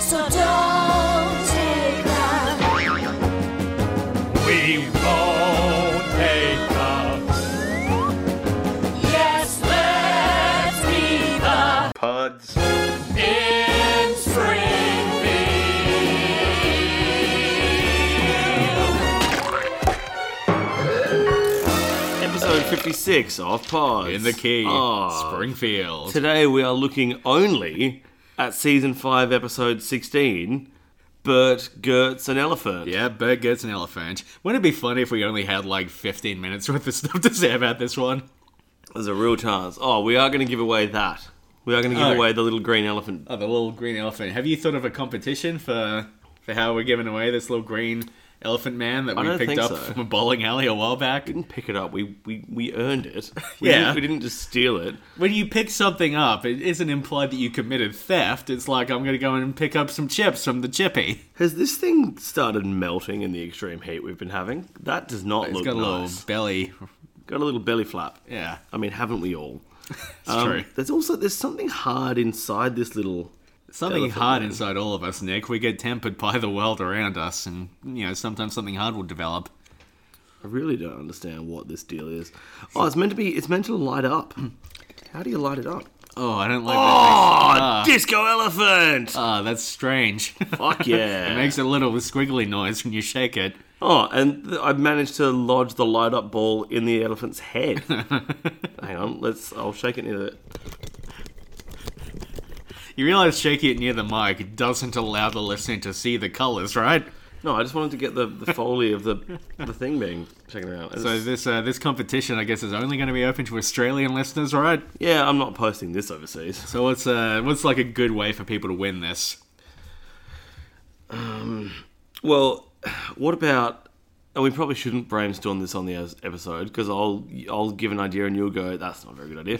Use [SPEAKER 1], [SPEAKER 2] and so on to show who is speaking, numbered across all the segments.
[SPEAKER 1] So don't take that.
[SPEAKER 2] We won't take the
[SPEAKER 1] Yes, let's be the
[SPEAKER 3] Pods.
[SPEAKER 2] in
[SPEAKER 3] Episode 56 of Pods.
[SPEAKER 2] in the key,
[SPEAKER 3] Ah.
[SPEAKER 2] Springfield.
[SPEAKER 3] Today we are looking only at season 5, episode 16 Bert, Gertz, and Elephant.
[SPEAKER 2] yeah, Bert gets an elephant. Wouldn't it be funny if we only had like 15 minutes worth of stuff to say about this one?
[SPEAKER 3] There's a real chance. Oh, we are going to give away that. We are going to give
[SPEAKER 2] Oh.
[SPEAKER 3] away the little green elephant.
[SPEAKER 2] Oh, the little green elephant. Have you thought of a competition for for how we're giving away this little green elephant man that we
[SPEAKER 3] don't
[SPEAKER 2] picked
[SPEAKER 3] think
[SPEAKER 2] up
[SPEAKER 3] so.
[SPEAKER 2] from a bowling alley a while back?
[SPEAKER 3] We didn't pick it up. We we, we earned it. We
[SPEAKER 2] Yeah.
[SPEAKER 3] Didn't, we didn't just steal it.
[SPEAKER 2] When you pick something up, it isn't implied that you committed theft. It's like I'm gonna go in and pick up some chips from the chippy.
[SPEAKER 3] Has this thing started melting in the extreme heat we've been having? That does not
[SPEAKER 2] It's
[SPEAKER 3] look
[SPEAKER 2] got a little
[SPEAKER 3] nice.
[SPEAKER 2] belly.
[SPEAKER 3] Got a little belly flap.
[SPEAKER 2] Yeah,
[SPEAKER 3] I mean, haven't we all?
[SPEAKER 2] it's true.
[SPEAKER 3] Um, There's also there's something hard inside this little.
[SPEAKER 2] Something
[SPEAKER 3] elephant
[SPEAKER 2] hard
[SPEAKER 3] man.
[SPEAKER 2] inside all of us, Nick. We get tempered by the world around us, and you know sometimes something hard will develop.
[SPEAKER 3] I really don't understand what this deal is. Oh, it's meant to be. It's meant to light up. How do you light it up?
[SPEAKER 2] Oh, I don't like Ah.
[SPEAKER 3] Oh, disco elephant!
[SPEAKER 2] that. Ah, that's strange.
[SPEAKER 3] Fuck yeah!
[SPEAKER 2] it makes a little squiggly noise when you shake it.
[SPEAKER 3] Oh, and th- I managed to lodge the light up ball in the elephant's head. Hang on, let's. I'll shake it near the.
[SPEAKER 2] You realize shaking it near the mic doesn't allow the listener to see the colors, right?
[SPEAKER 3] No, I just wanted to get the, the foley of the the thing being shaken around. It's-
[SPEAKER 2] So this uh, this competition, I guess, is only going to be open to Australian listeners, right?
[SPEAKER 3] yeah, I'm not posting this overseas.
[SPEAKER 2] So what's uh, what's like a good way for people to win this?
[SPEAKER 3] Well, what about? And we probably shouldn't brainstorm this on the es- episode because I'll I'll give an idea and you'll go, that's not a very good idea.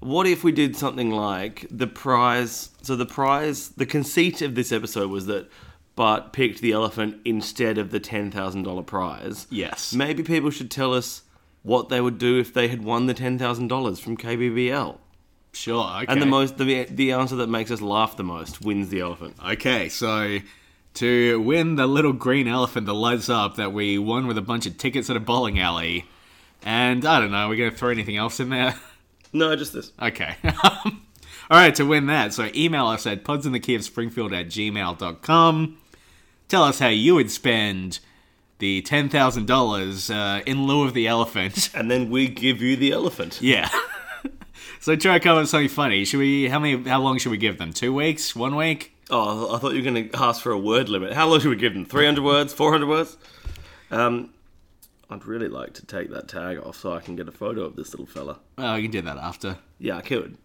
[SPEAKER 3] What if we did something like the prize? So the prize, the conceit of this episode was that Bart picked the elephant instead of the ten thousand dollar prize.
[SPEAKER 2] Yes.
[SPEAKER 3] Maybe people should tell us what they would do if they had won the ten thousand dollars from KBBL.
[SPEAKER 2] Sure. Okay.
[SPEAKER 3] And the most, the the answer that makes us laugh the most wins the elephant.
[SPEAKER 2] Okay, so to win the little green elephant that lights up that we won with a bunch of tickets at a bowling alley, and I don't know, are we going to throw anything else in there?
[SPEAKER 3] No, just this.
[SPEAKER 2] Okay. All right, to win that, so email us at podsinthekeyofspringfield at gmail.com. Tell us how you would spend the $10,000 uh, in lieu of the elephant.
[SPEAKER 3] And then we give you the elephant.
[SPEAKER 2] yeah. so try to come up with something funny. Should we, how many, how long should we give them? Two weeks? One week?
[SPEAKER 3] Oh, I thought you were going to ask for a word limit. How long should we give them? 300 words? 400 words? Um, I'd really like to take that tag off so I can get a photo of this little fella.
[SPEAKER 2] Well, you can do that after.
[SPEAKER 3] Yeah, I could.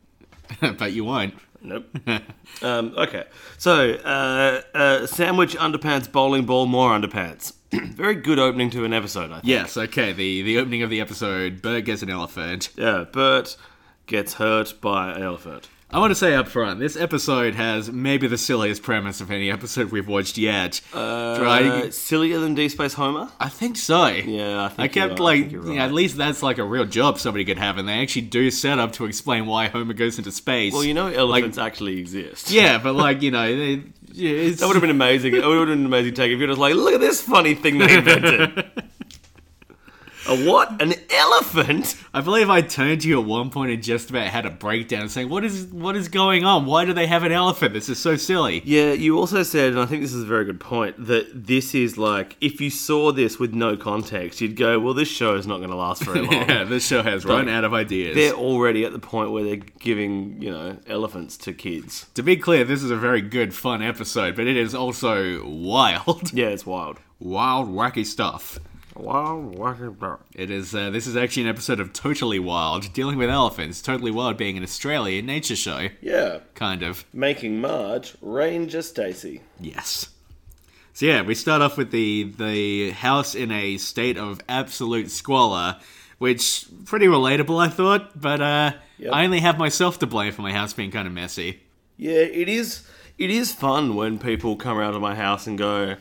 [SPEAKER 2] but you won't.
[SPEAKER 3] Nope. um, okay. So, uh, uh, sandwich, underpants, bowling ball, more underpants. Very good opening to an episode, I think.
[SPEAKER 2] Yes, okay. The the opening of the episode, Bert gets an elephant.
[SPEAKER 3] Yeah, Bert gets hurt by an elephant.
[SPEAKER 2] I want to say up front, this episode has maybe the silliest premise of any episode we've watched yet. Uh,
[SPEAKER 3] Uh, sillier than D Space Homer?
[SPEAKER 2] I think so.
[SPEAKER 3] Yeah, I think
[SPEAKER 2] I kept
[SPEAKER 3] you're right. I
[SPEAKER 2] like,
[SPEAKER 3] think you're
[SPEAKER 2] you know,
[SPEAKER 3] right.
[SPEAKER 2] at least that's like a real job somebody could have, and they actually do set up to explain why Homer goes into space.
[SPEAKER 3] Well, you know, elephants actually exist.
[SPEAKER 2] yeah, but like you know, they, yeah, it's,
[SPEAKER 3] That would have been amazing. It would have been an amazing take if you're just like, look at this funny thing they invented. a what? An elephant?
[SPEAKER 2] I believe I turned to you at one point and just about had a breakdown, saying, "What is what is going on? Why do they have an elephant? This is so silly."
[SPEAKER 3] Yeah, you also said, and I think this is a very good point, that this is like, if you saw this with no context, you'd go, well, this show is not going to last very long.
[SPEAKER 2] Yeah, this show has run out of ideas.
[SPEAKER 3] They're already at the point where they're giving, you know, elephants to kids.
[SPEAKER 2] To be clear, this is a very good, fun episode, but it is also wild,
[SPEAKER 3] Yeah, it's wild.
[SPEAKER 2] wild, wacky stuff.
[SPEAKER 3] Wild, wacky, bro.
[SPEAKER 2] It is. Uh, this is actually an episode of Totally Wild, dealing with elephants. Totally Wild being an Australian nature show,
[SPEAKER 3] Yeah,
[SPEAKER 2] kind of.
[SPEAKER 3] making Marge Ranger Stacy.
[SPEAKER 2] Yes. So yeah, we start off with the the house in a state of absolute squalor, which pretty relatable, I thought. But uh,
[SPEAKER 3] Yep.
[SPEAKER 2] I only have myself to blame for my house being kind of messy.
[SPEAKER 3] Yeah, it is. It is fun when people come around to my house and go,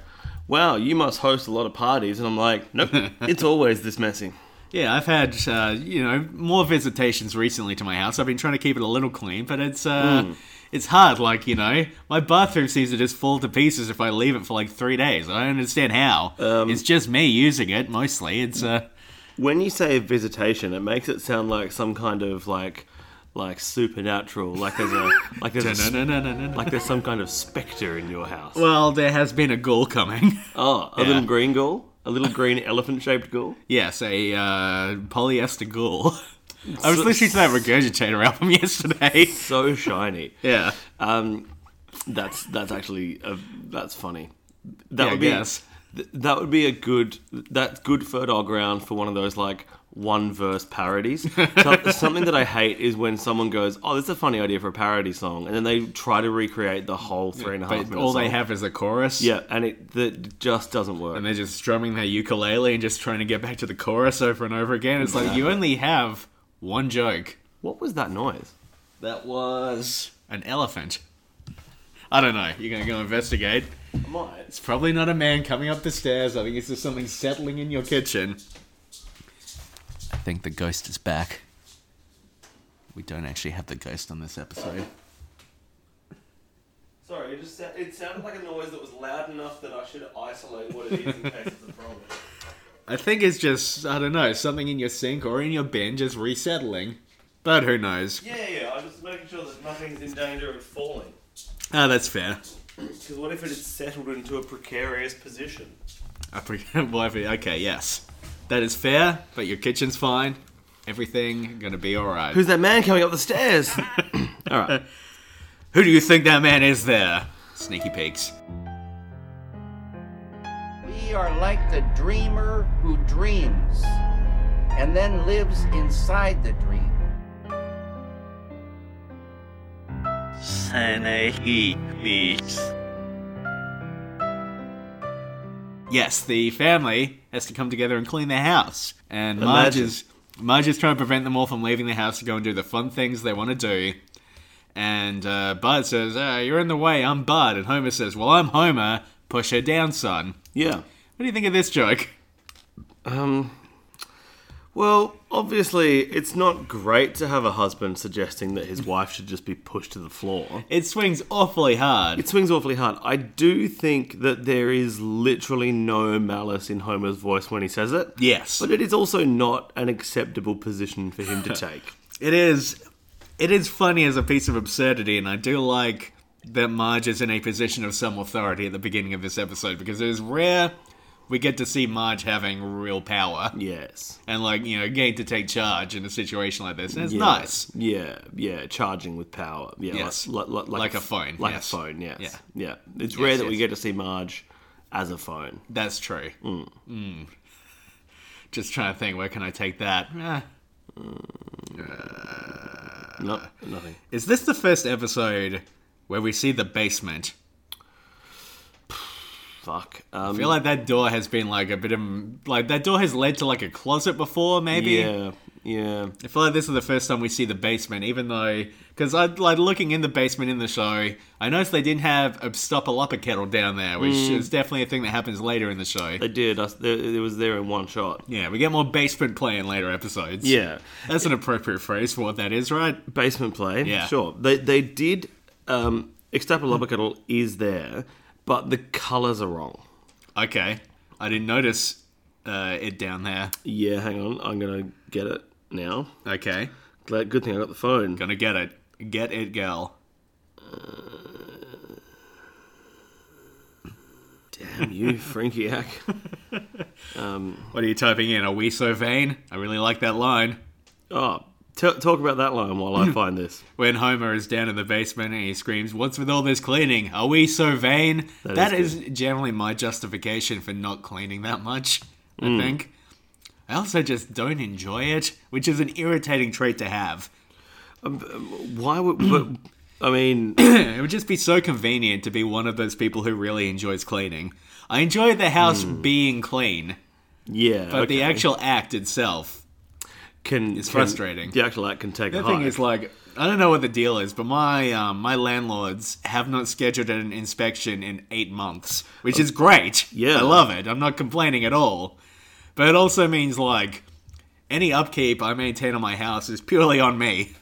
[SPEAKER 3] "Wow, you must host a lot of parties," and I'm like, "Nope, it's always this messy."
[SPEAKER 2] Yeah, I've had uh, you know more visitations recently to my house. I've been trying to keep it a little clean, but it's uh,
[SPEAKER 3] Hmm.
[SPEAKER 2] it's hard. Like you know, my bathroom seems to just fall to pieces if I leave it for like three days. I don't understand how.
[SPEAKER 3] Um,
[SPEAKER 2] it's just me using it mostly. It's uh,
[SPEAKER 3] When you say visitation, it makes it sound like some kind of like like supernatural, like there's a like there's a sp- like there's some kind of specter in your house.
[SPEAKER 2] well, there has been a ghoul coming.
[SPEAKER 3] oh, a
[SPEAKER 2] yeah.
[SPEAKER 3] little green ghoul, a little green elephant-shaped ghoul.
[SPEAKER 2] yes, a uh, polyester ghoul. I was
[SPEAKER 3] So-
[SPEAKER 2] listening to that regurgitator album yesterday.
[SPEAKER 3] So shiny.
[SPEAKER 2] yeah,
[SPEAKER 3] Um, that's that's actually a, that's funny. That
[SPEAKER 2] Yeah, I
[SPEAKER 3] would be
[SPEAKER 2] guess.
[SPEAKER 3] th- that would be a good that's good fertile ground for one of those like one verse parodies. So- Something that I hate is when someone goes, "Oh, that's a funny idea for a parody song," and then they try to recreate the whole three and a half
[SPEAKER 2] but
[SPEAKER 3] minutes.
[SPEAKER 2] all they have is a chorus.
[SPEAKER 3] yeah, and it that just doesn't work.
[SPEAKER 2] and they're just strumming their ukulele and just trying to get back to the chorus over and over again. It's like you only have one joke.
[SPEAKER 3] what was that noise?
[SPEAKER 2] That was an elephant. I don't know. You're gonna go investigate. It's probably not a man coming up the stairs. I think it's just something settling in your kitchen. I think the ghost is back. We don't actually have the ghost on this episode.
[SPEAKER 3] Sorry, it just it sounded like a noise that was loud enough that I should isolate what it is in case it's a problem.
[SPEAKER 2] I think it's just I don't know something in your sink or in your bin just resettling. But who knows?
[SPEAKER 3] Yeah, yeah, I'm just making sure that nothing's in danger of falling.
[SPEAKER 2] Ah, that's fair.
[SPEAKER 3] Because what if it had settled into a precarious position?
[SPEAKER 2] I pre- well, every- okay, yes, that is fair. But your kitchen's fine. Everything gonna be all right.
[SPEAKER 3] Who's that man coming up the stairs? All right.
[SPEAKER 2] Who do you think that man is there? Sneaky peeks.
[SPEAKER 4] We are like the dreamer who dreams and then lives inside the dream.
[SPEAKER 2] Yes, the family has to come together and clean their house, and Marge
[SPEAKER 3] Imagine.
[SPEAKER 2] is Marge is trying to prevent them all from leaving the house to go and do the fun things they want to do. And uh, Bud says, uh, "You're in the way. I'm Bud." And Homer says, "Well, I'm Homer. Push her down, son."
[SPEAKER 3] Yeah.
[SPEAKER 2] What do you think of this joke?
[SPEAKER 3] Well, obviously, it's not great to have a husband suggesting that his wife should just be pushed to the floor.
[SPEAKER 2] It swings awfully hard.
[SPEAKER 3] It swings awfully hard. I do think that there is literally no malice in Homer's voice when he says it.
[SPEAKER 2] Yes.
[SPEAKER 3] But it is also not an acceptable position for him to take.
[SPEAKER 2] It is. It is funny as a piece of absurdity, and I do like that Marge is in a position of some authority at the beginning of this episode because it is rare we get to see Marge having real power
[SPEAKER 3] yes.
[SPEAKER 2] and, like, you know, getting to take charge in a situation like this. And it's
[SPEAKER 3] Yeah.
[SPEAKER 2] nice.
[SPEAKER 3] Yeah, yeah, charging with power. Yeah,
[SPEAKER 2] Yes.
[SPEAKER 3] like, like,
[SPEAKER 2] Like a
[SPEAKER 3] f-
[SPEAKER 2] phone,
[SPEAKER 3] Like
[SPEAKER 2] yes.
[SPEAKER 3] a phone, yes.
[SPEAKER 2] Yeah.
[SPEAKER 3] Yeah. It's rare that we
[SPEAKER 2] yes.
[SPEAKER 3] get to see Marge as a phone.
[SPEAKER 2] That's true. Mm. Just trying to think, where can I take that? Eh.
[SPEAKER 3] No,
[SPEAKER 2] Uh,
[SPEAKER 3] nothing.
[SPEAKER 2] Is this the first episode where we see the basement?
[SPEAKER 3] Fuck. Um,
[SPEAKER 2] I feel like that door has been like a bit of like that door has led to like a closet before, maybe.
[SPEAKER 3] yeah, yeah.
[SPEAKER 2] I feel like this is the first time we see the basement, even though because I like looking in the basement in the show. I noticed they didn't have a stopper kettle down there, which is definitely a thing that happens later in the show.
[SPEAKER 3] They did. Us- they- It was there in one shot.
[SPEAKER 2] Yeah, we get more basement play in later episodes.
[SPEAKER 3] Yeah.
[SPEAKER 2] that's an appropriate phrase for what that is, right?
[SPEAKER 3] Basement play.
[SPEAKER 2] Yeah.
[SPEAKER 3] Sure. They, they did. Um, Extrapolopicatl is there, but the colours are wrong.
[SPEAKER 2] Okay, I didn't notice uh, it down there.
[SPEAKER 3] Yeah, hang on. I'm going to get it now.
[SPEAKER 2] Okay,
[SPEAKER 3] Glad, good thing I got the phone.
[SPEAKER 2] gonna get it, get it, girl.
[SPEAKER 3] Damn you, Frinkiac.
[SPEAKER 2] What are you typing in? Are we so vain? I really like that line.
[SPEAKER 3] Oh, t- talk about that line while I find this.
[SPEAKER 2] when Homer is down in the basement and he screams, "What's with all this cleaning? Are we so vain?" that
[SPEAKER 3] is
[SPEAKER 2] is, generally my justification for not cleaning that much. I think. I also just don't enjoy it, which is an irritating trait to have.
[SPEAKER 3] Why would? But, I mean,
[SPEAKER 2] It would just be so convenient to be one of those people who really enjoys cleaning. I enjoy the house being clean,
[SPEAKER 3] yeah.
[SPEAKER 2] but the
[SPEAKER 3] okay.
[SPEAKER 2] actual act itself
[SPEAKER 3] can
[SPEAKER 2] it's
[SPEAKER 3] can-
[SPEAKER 2] frustrating.
[SPEAKER 3] The actual act can take a
[SPEAKER 2] The
[SPEAKER 3] hike.
[SPEAKER 2] thing is, like, I don't know what the deal is, but my um, my landlords have not scheduled an inspection in eight months, which is great.
[SPEAKER 3] Yeah.
[SPEAKER 2] I love it. I'm not complaining at all. But it also means like Any upkeep I maintain on my house is purely on me.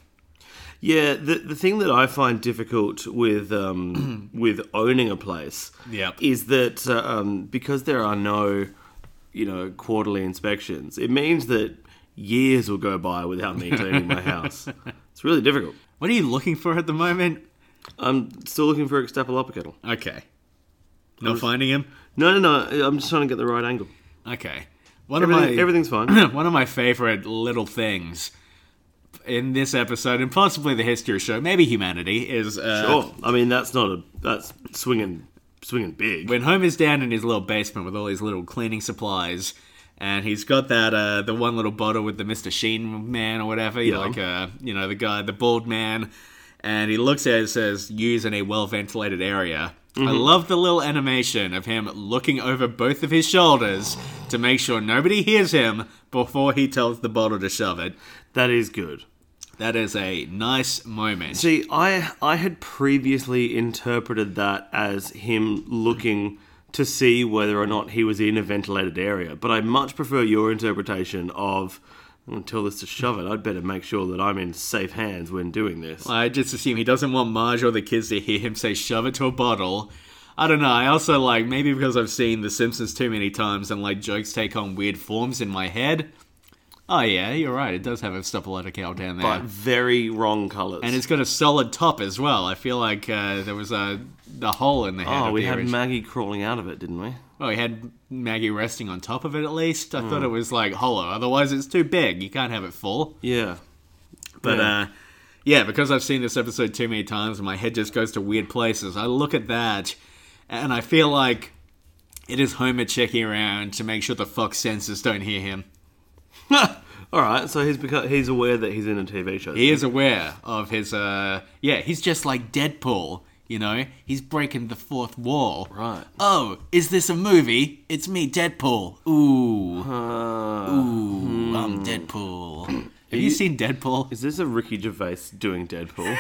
[SPEAKER 3] Yeah, the, the thing that I find difficult with um, with owning a place
[SPEAKER 2] Yep.
[SPEAKER 3] is that uh, um, because there are no, you know, quarterly inspections, it means that years will go by without me cleaning my house. It's really difficult.
[SPEAKER 2] What are you looking for at the moment?
[SPEAKER 3] I'm still looking for Extapalopicatl.
[SPEAKER 2] Okay. Not finding him?
[SPEAKER 3] No, no, no. I'm just trying to get the right angle.
[SPEAKER 2] Okay. One
[SPEAKER 3] Everything,
[SPEAKER 2] of my
[SPEAKER 3] Everything's fine.
[SPEAKER 2] one of my favorite little things in this episode, and possibly the history of show, maybe humanity, is uh,
[SPEAKER 3] oh, I mean that's not a that's swinging swinging big.
[SPEAKER 2] when Homer's down in his little basement with all his little cleaning supplies, and he's got that uh, the one little bottle with the Mister Sheen man or whatever, you know,
[SPEAKER 3] Yeah.
[SPEAKER 2] like uh, you know the guy, the bald man, and he looks at it and says, "Use in a well ventilated area." I love the little animation of him looking over both of his shoulders to make sure nobody hears him before he tells the bottle to shove it.
[SPEAKER 3] That is good.
[SPEAKER 2] That is a nice moment.
[SPEAKER 3] See, I I had previously interpreted that as him looking to see whether or not he was in a ventilated area, but I much prefer your interpretation of I'm gonna tell this to shove it. I'd better make sure that I'm in safe hands when doing this.
[SPEAKER 2] I just assume he doesn't want Marge or the kids to hear him say shove it to a bottle. I don't know. I also like maybe because I've seen The Simpsons too many times and like jokes take on weird forms in my head. Oh yeah, you're right. It does have a stuffalotta cow down there,
[SPEAKER 3] But very wrong colours.
[SPEAKER 2] and it's got a solid top as well. I feel like uh, there was a the hole in the head.
[SPEAKER 3] oh,
[SPEAKER 2] of
[SPEAKER 3] we
[SPEAKER 2] the
[SPEAKER 3] had
[SPEAKER 2] orig-
[SPEAKER 3] Maggie crawling out of it, didn't we?
[SPEAKER 2] well, we had Maggie resting on top of it at least. I thought
[SPEAKER 3] Hmm.
[SPEAKER 2] it was like hollow. Otherwise, it's too big. You can't have it full.
[SPEAKER 3] Yeah.
[SPEAKER 2] But
[SPEAKER 3] Yeah.
[SPEAKER 2] uh yeah, because I've seen this episode too many times and my head just goes to weird places. I look at that and I feel like it is Homer checking around to make sure the Fox censors don't hear him.
[SPEAKER 3] All right, so he's become, he's aware that he's in a TV show.
[SPEAKER 2] He is aware of his uh yeah, he's just like Deadpool, you know? He's breaking the fourth wall.
[SPEAKER 3] Right.
[SPEAKER 2] Oh, is this a movie? It's me, Deadpool. Ooh. Ooh, I'm Deadpool. Have you seen Deadpool?
[SPEAKER 3] Hmm. Is this a Ricky Gervais doing Deadpool?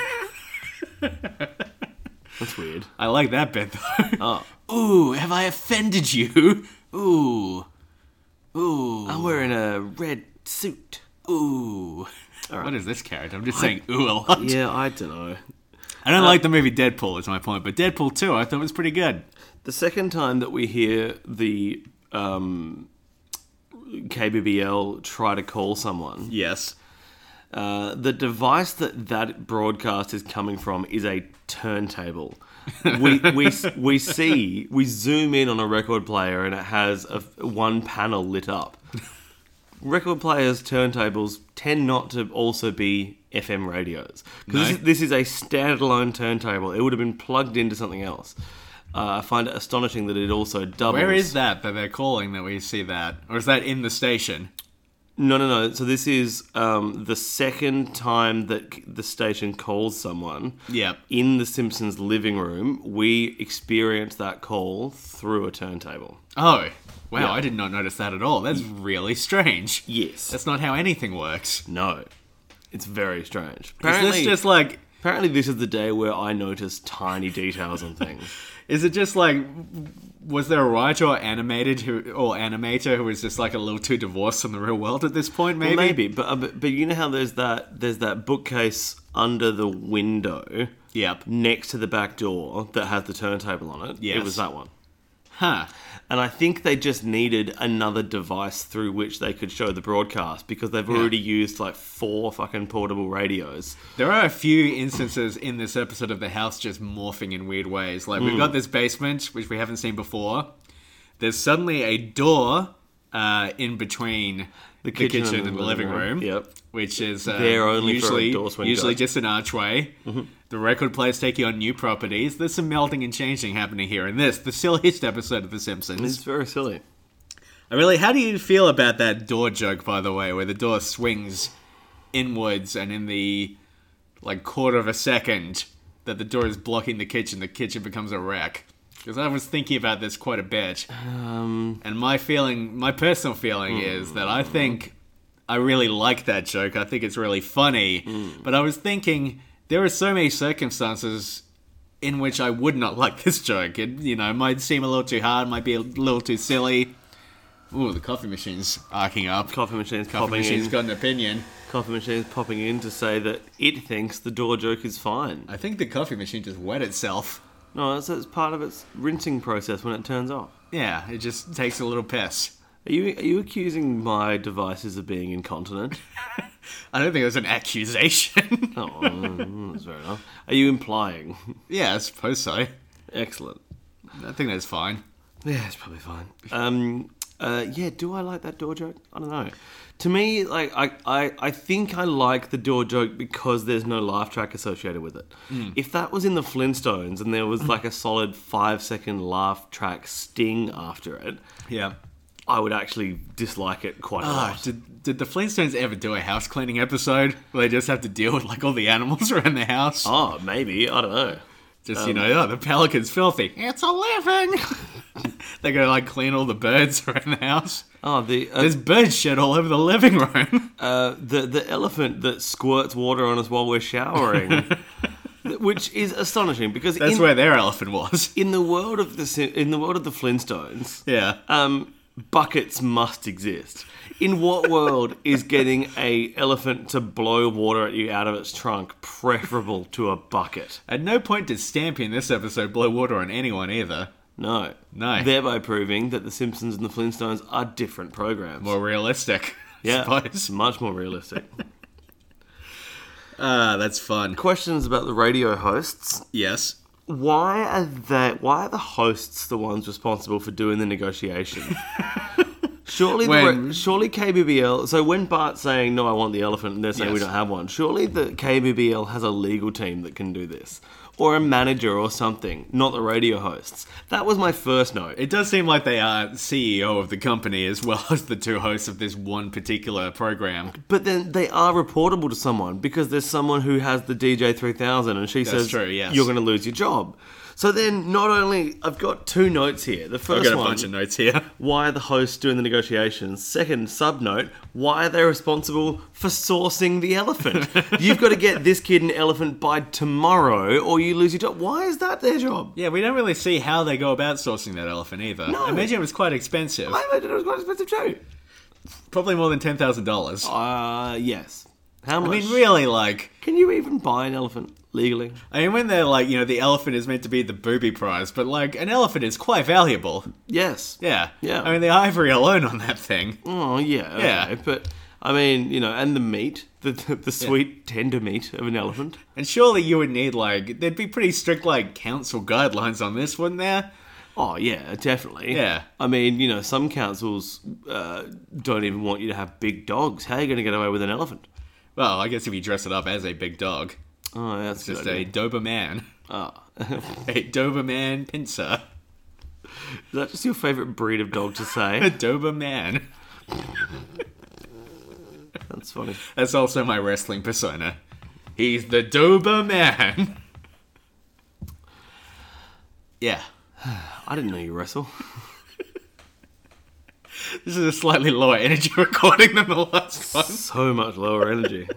[SPEAKER 3] That's weird.
[SPEAKER 2] I like that bit though.
[SPEAKER 3] Oh.
[SPEAKER 2] Ooh, have I offended you? Ooh. Ooh.
[SPEAKER 3] I'm wearing a red suit.
[SPEAKER 2] Ooh.
[SPEAKER 3] right.
[SPEAKER 2] What is this character? I'm just saying ooh a lot.
[SPEAKER 3] Yeah, Uh, I don't know.
[SPEAKER 2] I don't like the movie Deadpool, is my point, but Deadpool 2 I thought was pretty good.
[SPEAKER 3] The second time that we hear the um, KBBL try to call someone,
[SPEAKER 2] Yes.
[SPEAKER 3] uh, the device that that broadcast is coming from is a turntable. we, we, we see, we zoom in on a record player and it has a, one panel lit up. Record players, turntables tend not to also be FM radios. Because
[SPEAKER 2] No.
[SPEAKER 3] this, is a standalone turntable. It would have been plugged into something else. Uh, I find it astonishing that it also doubles.
[SPEAKER 2] Where is that that they're calling that we see that? Or is that in the station?
[SPEAKER 3] No, no, no. So this is um, the second time that c- the station calls someone.
[SPEAKER 2] Yep.
[SPEAKER 3] In the Simpsons living room, we experience that call through a turntable.
[SPEAKER 2] Oh. Wow,
[SPEAKER 3] Yeah.
[SPEAKER 2] I did not notice that at all. That's really strange.
[SPEAKER 3] Yes.
[SPEAKER 2] That's not how anything works.
[SPEAKER 3] no. It's very strange.
[SPEAKER 2] Is
[SPEAKER 3] Apparently,
[SPEAKER 2] this just like
[SPEAKER 3] apparently, this is the day where I notice tiny details on things.
[SPEAKER 2] Is it just like was there a writer or animated who or animator who was just like a little too divorced from the real world at this point? Maybe.
[SPEAKER 3] Well, maybe, but, uh, but but you know how there's that there's that bookcase under the window
[SPEAKER 2] Yep.
[SPEAKER 3] next to the back door that has the turntable on it. It
[SPEAKER 2] Yes.
[SPEAKER 3] was that one.
[SPEAKER 2] Huh.
[SPEAKER 3] And I think they just needed another device through which they could show the broadcast because they've already used like four fucking portable radios.
[SPEAKER 2] There are a few instances in this episode of the house just morphing in weird ways. Like we've got this basement which we haven't seen before. There's suddenly a door uh, in between the kitchen, and, the living room.
[SPEAKER 3] Yep.
[SPEAKER 2] Which is uh,
[SPEAKER 3] They're only for
[SPEAKER 2] usually
[SPEAKER 3] endorsed windows.
[SPEAKER 2] usually just an archway. The record player's taking on new properties. There's some melting and changing happening here in this, the silliest episode of The Simpsons.
[SPEAKER 3] It's very silly.
[SPEAKER 2] I really, how do you feel about that door joke, by the way, where the door swings inwards and in the like quarter of a second that the door is blocking the kitchen, the kitchen becomes a wreck? Because I was thinking about this quite a bit,
[SPEAKER 3] Um,
[SPEAKER 2] and my feeling, my personal feeling is that I think I really like that joke. I think it's really funny,
[SPEAKER 3] Hmm.
[SPEAKER 2] but I was thinking there are so many circumstances in which I would not like this joke. It, you know, might seem a little too hard, might be a little too silly Ooh, the coffee machine's arcing up.
[SPEAKER 3] Coffee machines
[SPEAKER 2] coffee
[SPEAKER 3] popping
[SPEAKER 2] machine's
[SPEAKER 3] in.
[SPEAKER 2] got an opinion.
[SPEAKER 3] coffee machines popping in to say that it thinks the door joke is fine.
[SPEAKER 2] I think the coffee machine just wet itself.
[SPEAKER 3] No, it's, it's part of its rinsing process when it turns off.
[SPEAKER 2] Yeah, it just takes a little piss.
[SPEAKER 3] Are you are you accusing my devices of being incontinent?
[SPEAKER 2] I don't think it was an accusation.
[SPEAKER 3] Oh, mm, that's fair enough. Are you implying?
[SPEAKER 2] yeah, I suppose so.
[SPEAKER 3] Excellent.
[SPEAKER 2] I think that's fine.
[SPEAKER 3] Yeah, it's probably fine. Um, uh, yeah, do I like that door joke? I don't know. To me, like I, I, I think I like the door joke because there's no laugh track associated with it. If that was in the Flintstones and there was like a solid five second laugh track sting after it,
[SPEAKER 2] Yeah.
[SPEAKER 3] I would actually dislike it quite a
[SPEAKER 2] Ah,
[SPEAKER 3] lot.
[SPEAKER 2] did, did the Flintstones ever do a house cleaning episode where they just have to deal with like all the animals around the house?
[SPEAKER 3] Oh, maybe I don't know.
[SPEAKER 2] just you know, oh, the pelican's filthy. It's a living. they go like clean all the birds around the house.
[SPEAKER 3] Oh, the uh,
[SPEAKER 2] There's bird shit all over the living room.
[SPEAKER 3] uh, the the elephant that squirts water on us while we're showering, which is astonishing because
[SPEAKER 2] That's
[SPEAKER 3] in,
[SPEAKER 2] where their elephant was.
[SPEAKER 3] in the world of the Sim- in the world of the Flintstones,
[SPEAKER 2] Yeah.
[SPEAKER 3] um, buckets must exist. In what world is getting a elephant to blow water at you out of its trunk preferable to a bucket?
[SPEAKER 2] At no point did Stampy in this episode blow water on anyone either.
[SPEAKER 3] No,
[SPEAKER 2] No.
[SPEAKER 3] Thereby proving that the Simpsons and the Flintstones are different programs.
[SPEAKER 2] More realistic.
[SPEAKER 3] yeah,
[SPEAKER 2] I suppose.
[SPEAKER 3] much more realistic.
[SPEAKER 2] Ah, that's fun.
[SPEAKER 3] Questions about the radio hosts.
[SPEAKER 2] Yes.
[SPEAKER 3] why are they why are the hosts the ones responsible for doing the negotiation surely
[SPEAKER 2] When-
[SPEAKER 3] the, surely kbbl so when bart's saying no i want the elephant and they're saying we
[SPEAKER 2] Yes.
[SPEAKER 3] don't have one surely the kbbl has a legal team that can do this or a manager or something not the radio hosts that was my first note
[SPEAKER 2] It does seem like they are CEO of the company as well as the two hosts of this one particular program.
[SPEAKER 3] but then they are reportable to someone because there's someone who has the DJ 3000 and she says,
[SPEAKER 2] true, yes.
[SPEAKER 3] You're going to lose your job. So then, not only I've got two notes here. The 1st
[SPEAKER 2] I've got a
[SPEAKER 3] one,
[SPEAKER 2] bunch of notes here.
[SPEAKER 3] why are the hosts doing the negotiations? Second subnote, why are they responsible for sourcing the elephant? You've got to get this kid an elephant by tomorrow or you lose your job. Why is that their job?
[SPEAKER 2] Yeah, we don't really see how they go about sourcing that elephant either.
[SPEAKER 3] No.
[SPEAKER 2] I imagine it was quite expensive.
[SPEAKER 3] I imagine it was quite expensive too.
[SPEAKER 2] Probably more than ten thousand dollars.
[SPEAKER 3] Uh, yes. How
[SPEAKER 2] I
[SPEAKER 3] much?
[SPEAKER 2] mean, really, like,
[SPEAKER 3] Can you even buy an elephant legally?
[SPEAKER 2] I mean, when they're like, you know, the elephant is meant to be the booby prize, but like, an elephant is quite valuable.
[SPEAKER 3] Yes.
[SPEAKER 2] Yeah.
[SPEAKER 3] Yeah.
[SPEAKER 2] I mean, the ivory alone on that thing.
[SPEAKER 3] Oh, yeah.
[SPEAKER 2] Yeah.
[SPEAKER 3] okay, But, I mean, you know, and the meat, the, the, the sweet, tender meat of an elephant.
[SPEAKER 2] And surely you would need, like, there'd be pretty strict, like, council guidelines on this, wouldn't there?
[SPEAKER 3] Oh yeah, definitely.
[SPEAKER 2] Yeah.
[SPEAKER 3] I mean, you know, some councils uh, don't even want you to have big dogs. How are you going to get away with an elephant?
[SPEAKER 2] Well, I guess if you dress it up as a big dog,
[SPEAKER 3] Oh, that's
[SPEAKER 2] just
[SPEAKER 3] good
[SPEAKER 2] a
[SPEAKER 3] idea.
[SPEAKER 2] Doberman.
[SPEAKER 3] Ah.
[SPEAKER 2] A Doberman pincer.
[SPEAKER 3] Is that just your favourite breed of dog to
[SPEAKER 2] A
[SPEAKER 3] say?
[SPEAKER 2] Doberman.
[SPEAKER 3] that's funny.
[SPEAKER 2] That's also my wrestling persona. He's the Doberman. yeah.
[SPEAKER 3] I didn't know you wrestle.
[SPEAKER 2] This is a slightly lower energy recording than the last one.
[SPEAKER 3] so much lower energy.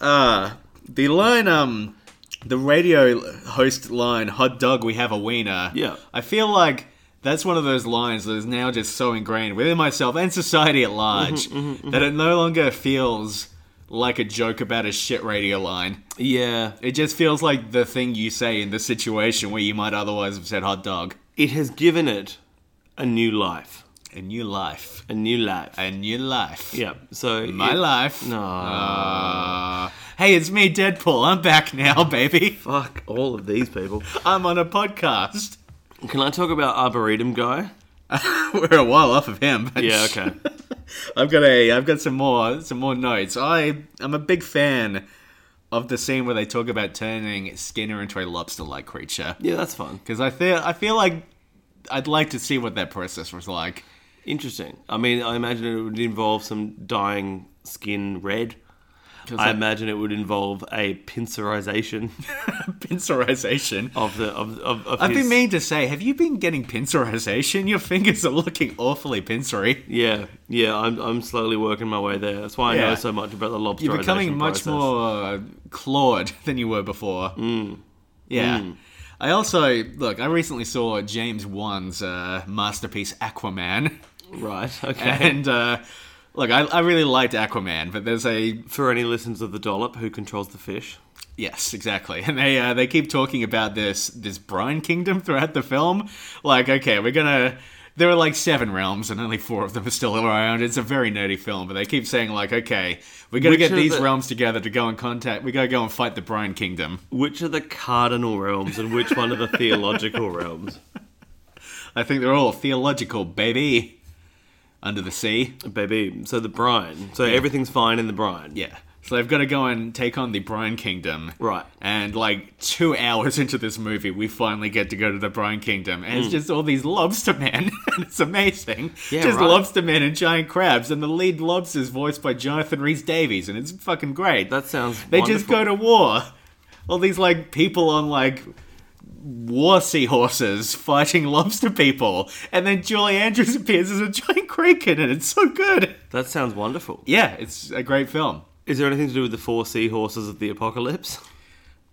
[SPEAKER 2] The line, um, the radio host line, hot dog, we have a wiener.
[SPEAKER 3] Yeah.
[SPEAKER 2] I feel like that's one of those lines that is now just so ingrained within myself and society at large
[SPEAKER 3] Mm-hmm,
[SPEAKER 2] that it no longer feels like a joke about a shit radio line.
[SPEAKER 3] Yeah,
[SPEAKER 2] It just feels like the thing you say in the situation where you might otherwise have said hot dog.
[SPEAKER 3] it has given it a new life.
[SPEAKER 2] A new life.
[SPEAKER 3] A new life.
[SPEAKER 2] A new life.
[SPEAKER 3] yeah. So
[SPEAKER 2] My
[SPEAKER 3] it-
[SPEAKER 2] life.
[SPEAKER 3] No.
[SPEAKER 2] Uh, hey, it's me, Deadpool. I'm back now, baby.
[SPEAKER 3] Fuck all of these people.
[SPEAKER 2] I'm on a podcast.
[SPEAKER 3] Can I talk about Arboretum guy?
[SPEAKER 2] We're a while off of him. But
[SPEAKER 3] Yeah. Okay.
[SPEAKER 2] I've got a. I've got some more. Some more notes. I. I'm a big fan of the scene where they talk about turning Skinner into a lobster-like creature
[SPEAKER 3] yeah, that's fun.
[SPEAKER 2] because I feel. I feel like I'd like to see what that process was like.
[SPEAKER 3] Interesting. I mean, I imagine it would involve some dyeing skin red.
[SPEAKER 2] 'Cause
[SPEAKER 3] I
[SPEAKER 2] that
[SPEAKER 3] imagine it would involve a pincerization
[SPEAKER 2] pincerization.
[SPEAKER 3] of the of of, of
[SPEAKER 2] I've
[SPEAKER 3] his,
[SPEAKER 2] been meaning to say, have you been getting pincerization? Your fingers are looking awfully pincery.
[SPEAKER 3] Yeah, yeah. I'm I'm slowly working my way there. That's why I
[SPEAKER 2] Yeah.
[SPEAKER 3] know so much about the lobster.
[SPEAKER 2] You're becoming much more uh, clawed than you were before. Yeah. I also look. I recently saw James Wan's uh, masterpiece Aquaman.
[SPEAKER 3] Right. Okay.
[SPEAKER 2] And uh, look, I, I really liked Aquaman, but there's a
[SPEAKER 3] For any listeners of the dollop, who controls the fish?
[SPEAKER 2] yes, exactly, and they uh, they keep talking about this this brine kingdom throughout the film. Like, okay, we're gonna. There are like seven realms, and only four of them are still around. It's a very nerdy film, but they keep saying like, okay, we got to
[SPEAKER 3] Which
[SPEAKER 2] get
[SPEAKER 3] are
[SPEAKER 2] these
[SPEAKER 3] the-
[SPEAKER 2] realms together to go and contact. We gotta go and fight the brine kingdom.
[SPEAKER 3] Which are the cardinal realms and which one are the theological realms?
[SPEAKER 2] I think they're all theological, baby. Under the sea.
[SPEAKER 3] Baby. So the brine. So everything's fine in the brine.
[SPEAKER 2] Yeah. So they've got to go and take on the Brine Kingdom.
[SPEAKER 3] Right.
[SPEAKER 2] And like two hours into this movie, we finally get to go to the Brine Kingdom. And it's just all these lobster men. and it's amazing.
[SPEAKER 3] Hmm. Yeah,
[SPEAKER 2] just
[SPEAKER 3] right.
[SPEAKER 2] lobster men and giant crabs. And the lead lobster is voiced by Jonathan Rhys Davies. And it's fucking great.
[SPEAKER 3] That sounds.
[SPEAKER 2] they just
[SPEAKER 3] wonderful.
[SPEAKER 2] go to war. All these like people on like war seahorses fighting lobster people. And then Julie Andrews appears as a giant kraken. And it's so good.
[SPEAKER 3] That sounds wonderful.
[SPEAKER 2] Yeah, it's a great film.
[SPEAKER 3] Is there anything to do with the four seahorses of the apocalypse?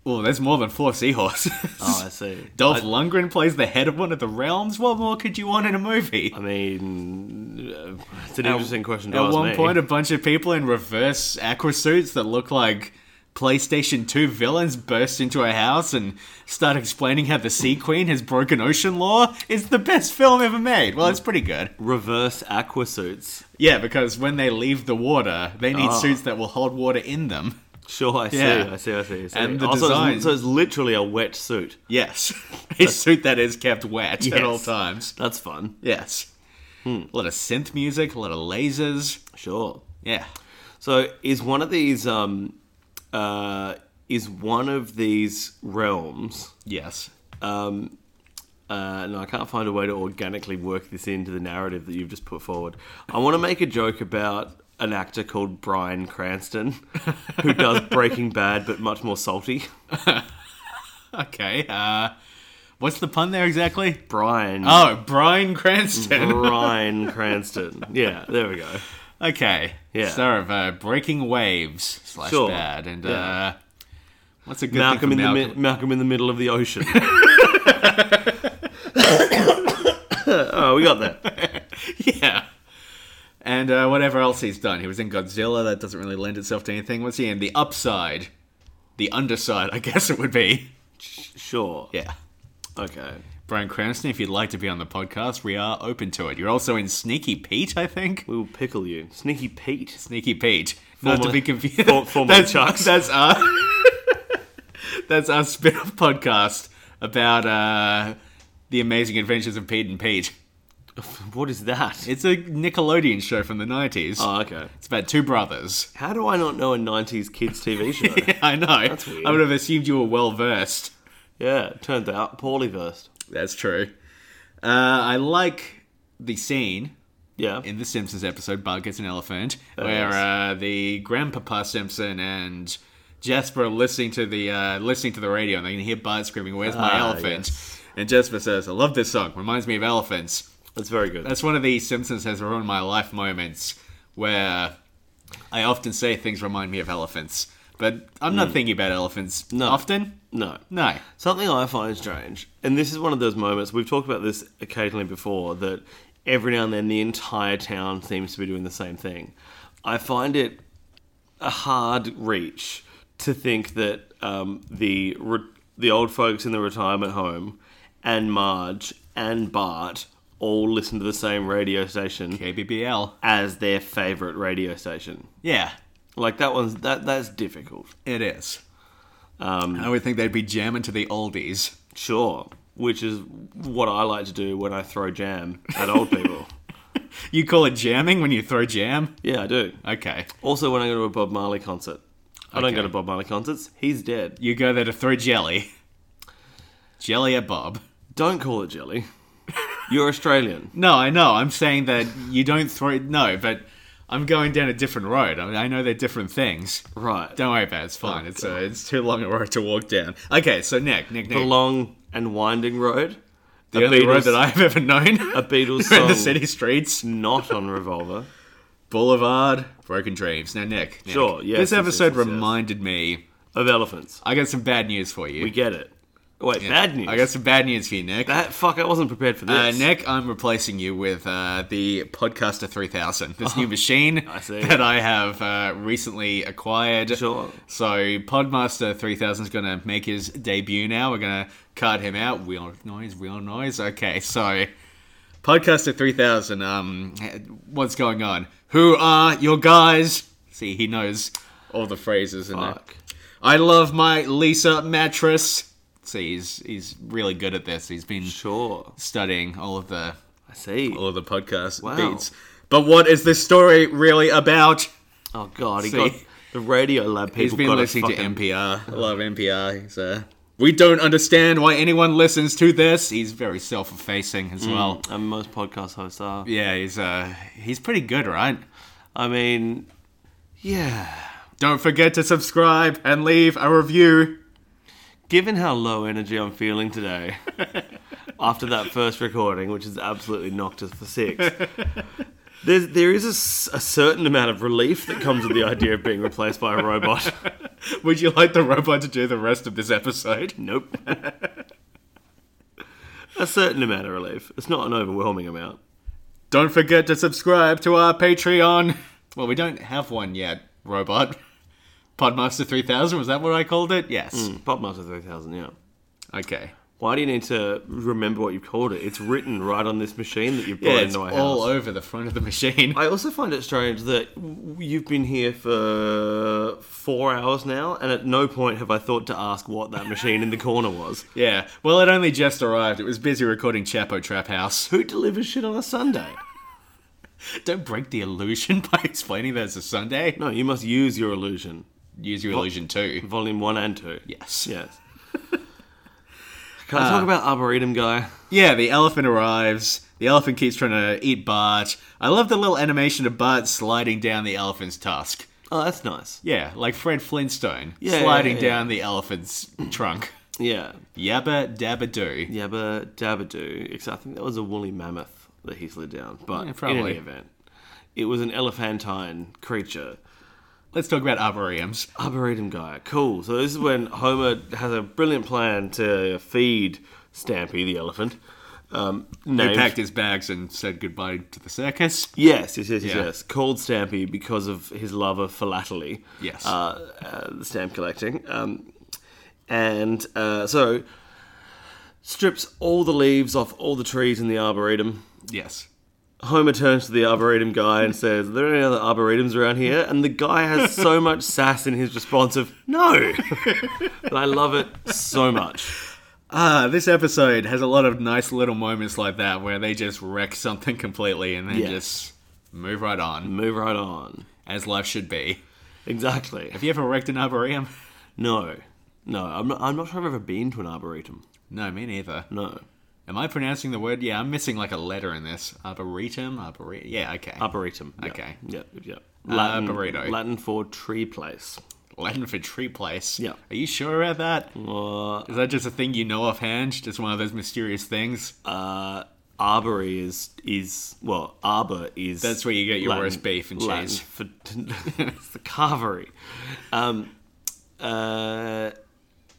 [SPEAKER 2] Well, there's more than four seahorses.
[SPEAKER 3] Oh, I see.
[SPEAKER 2] Dolph Lundgren plays the head of one of the realms. What more could you want in a movie?
[SPEAKER 3] I mean, uh, it's an interesting question to
[SPEAKER 2] At
[SPEAKER 3] ask
[SPEAKER 2] one
[SPEAKER 3] me.
[SPEAKER 2] point, a bunch of people in reverse aqua suits that look like PlayStation 2 villains burst into a house and start explaining how the Sea Queen has broken ocean law. It's the best film ever made. Well, it's pretty good.
[SPEAKER 3] reverse aqua suits.
[SPEAKER 2] Yeah, because when they leave the water, they need
[SPEAKER 3] Oh.
[SPEAKER 2] suits that will hold water in them.
[SPEAKER 3] Sure, I see,
[SPEAKER 2] Yeah.
[SPEAKER 3] I see, I see, I see.
[SPEAKER 2] And the
[SPEAKER 3] Also, it's-
[SPEAKER 2] design-
[SPEAKER 3] so it's literally a wet suit.
[SPEAKER 2] Yes. A suit that is kept wet at all
[SPEAKER 3] Yes.
[SPEAKER 2] times.
[SPEAKER 3] That's fun.
[SPEAKER 2] Yes.
[SPEAKER 3] Hmm.
[SPEAKER 2] A lot of synth music, a lot of lasers.
[SPEAKER 3] Sure.
[SPEAKER 2] Yeah.
[SPEAKER 3] So is one of these um, uh, is one of these realms?
[SPEAKER 2] Yes.
[SPEAKER 3] Um, uh, no, I can't find a way to organically work this into the narrative that you've just put forward. I want to make a joke about an actor called Brian Cranston, who does Breaking Bad, but much more salty.
[SPEAKER 2] Okay. Uh, what's the pun there exactly?
[SPEAKER 3] Brian.
[SPEAKER 2] Oh, Brian Cranston.
[SPEAKER 3] Brian Cranston. Yeah, there we go.
[SPEAKER 2] okay.
[SPEAKER 3] Yeah.
[SPEAKER 2] Star of uh, Breaking Waves slash
[SPEAKER 3] Sure.
[SPEAKER 2] Bad and
[SPEAKER 3] Yeah.
[SPEAKER 2] uh, what's a good
[SPEAKER 3] Malcolm in
[SPEAKER 2] thing for
[SPEAKER 3] the mi- Malcolm in the middle of the ocean. oh, we got that.
[SPEAKER 2] yeah. And uh, whatever else he's done, he was in Godzilla. That doesn't really lend itself to anything. What's he in? The Upside, the Underside, I guess it would be.
[SPEAKER 3] Sure.
[SPEAKER 2] Yeah.
[SPEAKER 3] Okay.
[SPEAKER 2] Brian Cranston, if you'd like to be on the podcast, we are open to it. You're also in Sneaky Pete, I think.
[SPEAKER 3] We will pickle you, Sneaky Pete.
[SPEAKER 2] Sneaky Pete. Not to
[SPEAKER 3] Formerly-
[SPEAKER 2] be confused.
[SPEAKER 3] for- formerly
[SPEAKER 2] that's,
[SPEAKER 3] Chuck's.
[SPEAKER 2] That's our, that's our spin-off podcast about uh, the amazing adventures of Pete and Pete.
[SPEAKER 3] What is that?
[SPEAKER 2] It's a Nickelodeon show from the 90s.
[SPEAKER 3] oh, okay.
[SPEAKER 2] it's about two brothers.
[SPEAKER 3] How do I not know a '90s kids TV show?
[SPEAKER 2] Yeah, I know.
[SPEAKER 3] That's weird.
[SPEAKER 2] I would have assumed you were well-versed.
[SPEAKER 3] yeah, turns out poorly versed.
[SPEAKER 2] That's true. Uh, I like the scene
[SPEAKER 3] Yeah.
[SPEAKER 2] in the Simpsons episode, Bart Gets an Elephant, where
[SPEAKER 3] is.
[SPEAKER 2] uh, the grandpapa Simpson and Jasper are listening to the uh, listening to the radio, and they can hear Bart screaming, "Where's my
[SPEAKER 3] Ah,
[SPEAKER 2] elephant?" And Jasper says, "I love this song. Reminds me of elephants."
[SPEAKER 3] That's very good.
[SPEAKER 2] That's one of the Simpsons has ruined my life moments where I often say things remind me of elephants, but I'm not thinking about elephants
[SPEAKER 3] Hmm. No.
[SPEAKER 2] often.
[SPEAKER 3] no.
[SPEAKER 2] No.
[SPEAKER 3] Something I find strange, and this is one of those moments we've talked about this occasionally before that every now and then the entire town seems to be doing the same thing. I find it a hard reach to think that um, the re- the old folks in the retirement home and Marge and Bart all listen to the same radio station
[SPEAKER 2] KBBL.
[SPEAKER 3] as their favorite radio station.
[SPEAKER 2] Yeah,
[SPEAKER 3] Like that one's that that's difficult.
[SPEAKER 2] it is.
[SPEAKER 3] Um,
[SPEAKER 2] I would think they'd be jamming to the oldies.
[SPEAKER 3] Sure. Which is what I like to do when I throw jam at old people.
[SPEAKER 2] You call it jamming when you throw jam?
[SPEAKER 3] Yeah, I do.
[SPEAKER 2] Okay.
[SPEAKER 3] Also, when I go to a Bob Marley concert, I don't
[SPEAKER 2] Okay.
[SPEAKER 3] go to Bob Marley concerts. He's dead.
[SPEAKER 2] You go there to throw jelly. Jelly at Bob.
[SPEAKER 3] Don't call it jelly. You're Australian.
[SPEAKER 2] No, I know. I'm saying that you don't throw. No, but I'm going down a different road. I, I know they're different things.
[SPEAKER 3] Right.
[SPEAKER 2] Don't worry about it. It's
[SPEAKER 3] Oh,
[SPEAKER 2] fine. it's uh, it's too long a road to walk down. Okay, so Nick, Nick, Nick.
[SPEAKER 3] The long and winding road.
[SPEAKER 2] the
[SPEAKER 3] a
[SPEAKER 2] only road
[SPEAKER 3] Beatles-
[SPEAKER 2] that I've ever known.
[SPEAKER 3] A Beatles
[SPEAKER 2] in
[SPEAKER 3] song.
[SPEAKER 2] the city streets.
[SPEAKER 3] Not on Revolver.
[SPEAKER 2] Boulevard, Broken Dreams. Now, Nick. Nick,
[SPEAKER 3] Sure, yes,
[SPEAKER 2] This
[SPEAKER 3] yes, yes,
[SPEAKER 2] episode
[SPEAKER 3] yes, yes.
[SPEAKER 2] reminded me.
[SPEAKER 3] Of elephants.
[SPEAKER 2] I got some bad news for you.
[SPEAKER 3] We get it. Wait, bad news.
[SPEAKER 2] I got some bad news for you, Nick.
[SPEAKER 3] that fuck. I wasn't prepared for
[SPEAKER 2] Uh,
[SPEAKER 3] this.
[SPEAKER 2] Nick, I'm replacing you with uh, the Podcaster 3000, this new machine
[SPEAKER 3] I see.
[SPEAKER 2] that I have uh, recently acquired.
[SPEAKER 3] Sure.
[SPEAKER 2] So Podmaster 3000 is going to make his debut now. We're going to card him out. Wheel noise, wheel noise. Okay, so Podcaster 3000, um, what's going on? Who are your guys? See, he knows all the phrases. And
[SPEAKER 3] Fuck.
[SPEAKER 2] I love my Lisa mattress. See, he's, he's really good at this. He's been
[SPEAKER 3] Sure.
[SPEAKER 2] studying all of the
[SPEAKER 3] I see.
[SPEAKER 2] all of the podcast
[SPEAKER 3] Wow.
[SPEAKER 2] beats. But what is this story really about?
[SPEAKER 3] Oh god, he
[SPEAKER 2] See?
[SPEAKER 3] got the Radio Lab people.
[SPEAKER 2] He's been
[SPEAKER 3] got a
[SPEAKER 2] listening
[SPEAKER 3] fucking-
[SPEAKER 2] to NPR. I love NPR. He's, uh, we don't understand why anyone listens to this. He's very self-effacing as well.
[SPEAKER 3] And most podcast hosts are.
[SPEAKER 2] Yeah, he's uh, he's pretty good, right?
[SPEAKER 3] I mean, yeah.
[SPEAKER 2] Don't forget to subscribe and leave a review.
[SPEAKER 3] Given how low energy I'm feeling today, after that first recording, which has absolutely knocked us for six, there's, there is a s- a, certain amount of relief that comes with the idea of being replaced by a robot.
[SPEAKER 2] Would you like the robot to do the rest of this episode?
[SPEAKER 3] Nope. a certain amount of relief. It's not an overwhelming amount.
[SPEAKER 2] Don't forget to subscribe to our Patreon. Well, we don't have one yet, robot. Podmaster 3000, was that what I called it? Yes.
[SPEAKER 3] Hmm. Popmaster 3000, yeah.
[SPEAKER 2] Okay.
[SPEAKER 3] Why do you need to remember what you called it? It's written right on this machine that you've brought
[SPEAKER 2] Yeah, it's
[SPEAKER 3] into my house.
[SPEAKER 2] all over the front of the machine.
[SPEAKER 3] I also find it strange that w- you've been here for four hours now, and at no point have I thought to ask what that machine in the corner was.
[SPEAKER 2] Yeah. Well, it only just arrived. It was busy recording Chapo Trap House.
[SPEAKER 3] Who delivers shit on a Sunday?
[SPEAKER 2] Don't break the illusion by explaining that it's a Sunday.
[SPEAKER 3] No, you must use your illusion.
[SPEAKER 2] Use your illusion too.
[SPEAKER 3] Volume one and two.
[SPEAKER 2] Yes. Uh,
[SPEAKER 3] Yes. Can I talk about Arboretum guy?
[SPEAKER 2] Yeah, the elephant arrives. The elephant keeps trying to eat Bart. I love the little animation of Bart sliding down the elephant's tusk.
[SPEAKER 3] Oh, that's nice.
[SPEAKER 2] Yeah, like Fred Flintstone
[SPEAKER 3] Yeah,
[SPEAKER 2] sliding
[SPEAKER 3] yeah, yeah.
[SPEAKER 2] down the elephant's trunk.
[SPEAKER 3] Yeah.
[SPEAKER 2] Yabba dabba doo.
[SPEAKER 3] Yabba Dabba Doo. Except I think that was a woolly mammoth that he slid down. But
[SPEAKER 2] Yeah, probably.
[SPEAKER 3] in any event, it was an elephantine creature.
[SPEAKER 2] Let's talk about arboreums.
[SPEAKER 3] Arboretum guy. Cool. So this is when Homer has a brilliant plan to feed Stampy the elephant. Um,
[SPEAKER 2] He
[SPEAKER 3] named-
[SPEAKER 2] packed his bags and said goodbye to the circus.
[SPEAKER 3] Yes, yes, yes, yes,
[SPEAKER 2] Yeah.
[SPEAKER 3] yes. Called Stampy because of his love of philately.
[SPEAKER 2] Yes.
[SPEAKER 3] Uh, uh, the stamp collecting. Um, and uh, so strips all the leaves off all the trees in the arboretum.
[SPEAKER 2] Yes.
[SPEAKER 3] Homer turns to the arboretum guy and says, "Are there any other arboretums around here?" And the guy has so much sass in his response of "No," but I love it so much.
[SPEAKER 2] Ah, this episode has a lot of nice little moments like that where they just wreck something completely and then
[SPEAKER 3] Yes.
[SPEAKER 2] just move right on,
[SPEAKER 3] Move right on.
[SPEAKER 2] as life should be.
[SPEAKER 3] Exactly.
[SPEAKER 2] Have you ever wrecked an arboreum?
[SPEAKER 3] No, no, I'm not. I'm not sure I've ever been to an arboretum.
[SPEAKER 2] No, me neither.
[SPEAKER 3] No,
[SPEAKER 2] Am I pronouncing the word? Yeah, I'm missing like a letter in this. Arboretum, arboretum. Yeah, okay.
[SPEAKER 3] arboretum. yeah.
[SPEAKER 2] Okay.
[SPEAKER 3] Yep. Yep.
[SPEAKER 2] Arboreto.
[SPEAKER 3] Latin for tree place.
[SPEAKER 2] Latin for tree place.
[SPEAKER 3] Yeah.
[SPEAKER 2] Are you sure about that?
[SPEAKER 3] Uh,
[SPEAKER 2] Is that just a thing you know offhand? Just one of those mysterious things?
[SPEAKER 3] uh, arbor is is well, arbor is.
[SPEAKER 2] That's where you get your roast beef and
[SPEAKER 3] Latin
[SPEAKER 2] cheese.
[SPEAKER 3] For, it's the carvery. Um, uh,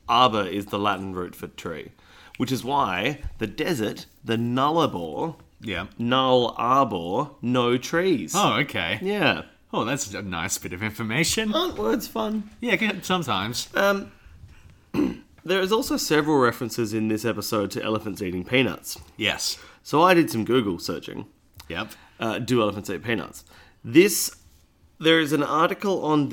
[SPEAKER 3] arbor is the Latin root for tree, which is why the desert, the nullarbor,
[SPEAKER 2] Yeah.
[SPEAKER 3] null arbor, no trees.
[SPEAKER 2] Oh, okay.
[SPEAKER 3] yeah.
[SPEAKER 2] Oh, that's a nice bit of information.
[SPEAKER 3] Aren't words fun?
[SPEAKER 2] Yeah, c- sometimes.
[SPEAKER 3] Um, there is also several references in this episode to elephants eating peanuts.
[SPEAKER 2] Yes.
[SPEAKER 3] So I did some Google searching.
[SPEAKER 2] Yep.
[SPEAKER 3] uh, do elephants eat peanuts? This there is an article on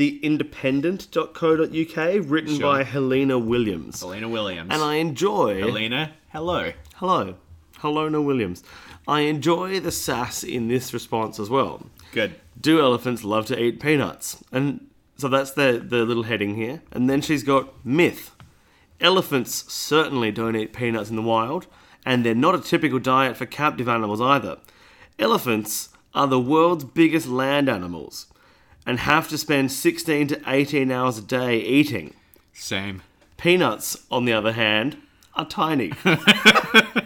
[SPEAKER 3] theindependent.co.uk written
[SPEAKER 2] Sure.
[SPEAKER 3] by Helena Williams,
[SPEAKER 2] Helena Williams.
[SPEAKER 3] and I enjoy
[SPEAKER 2] Helena, hello.
[SPEAKER 3] hello Helena Williams. I enjoy the sass in this response as well.
[SPEAKER 2] Good.
[SPEAKER 3] Do elephants love to eat peanuts? And so that's the the little heading here, and then she's got myth. Elephants certainly don't eat peanuts in the wild, and they're not a typical diet for captive animals either. Elephants are the world's biggest land animals and have to spend 16 to 18 hours a day eating.
[SPEAKER 2] Same.
[SPEAKER 3] Peanuts, on the other hand, are tiny. I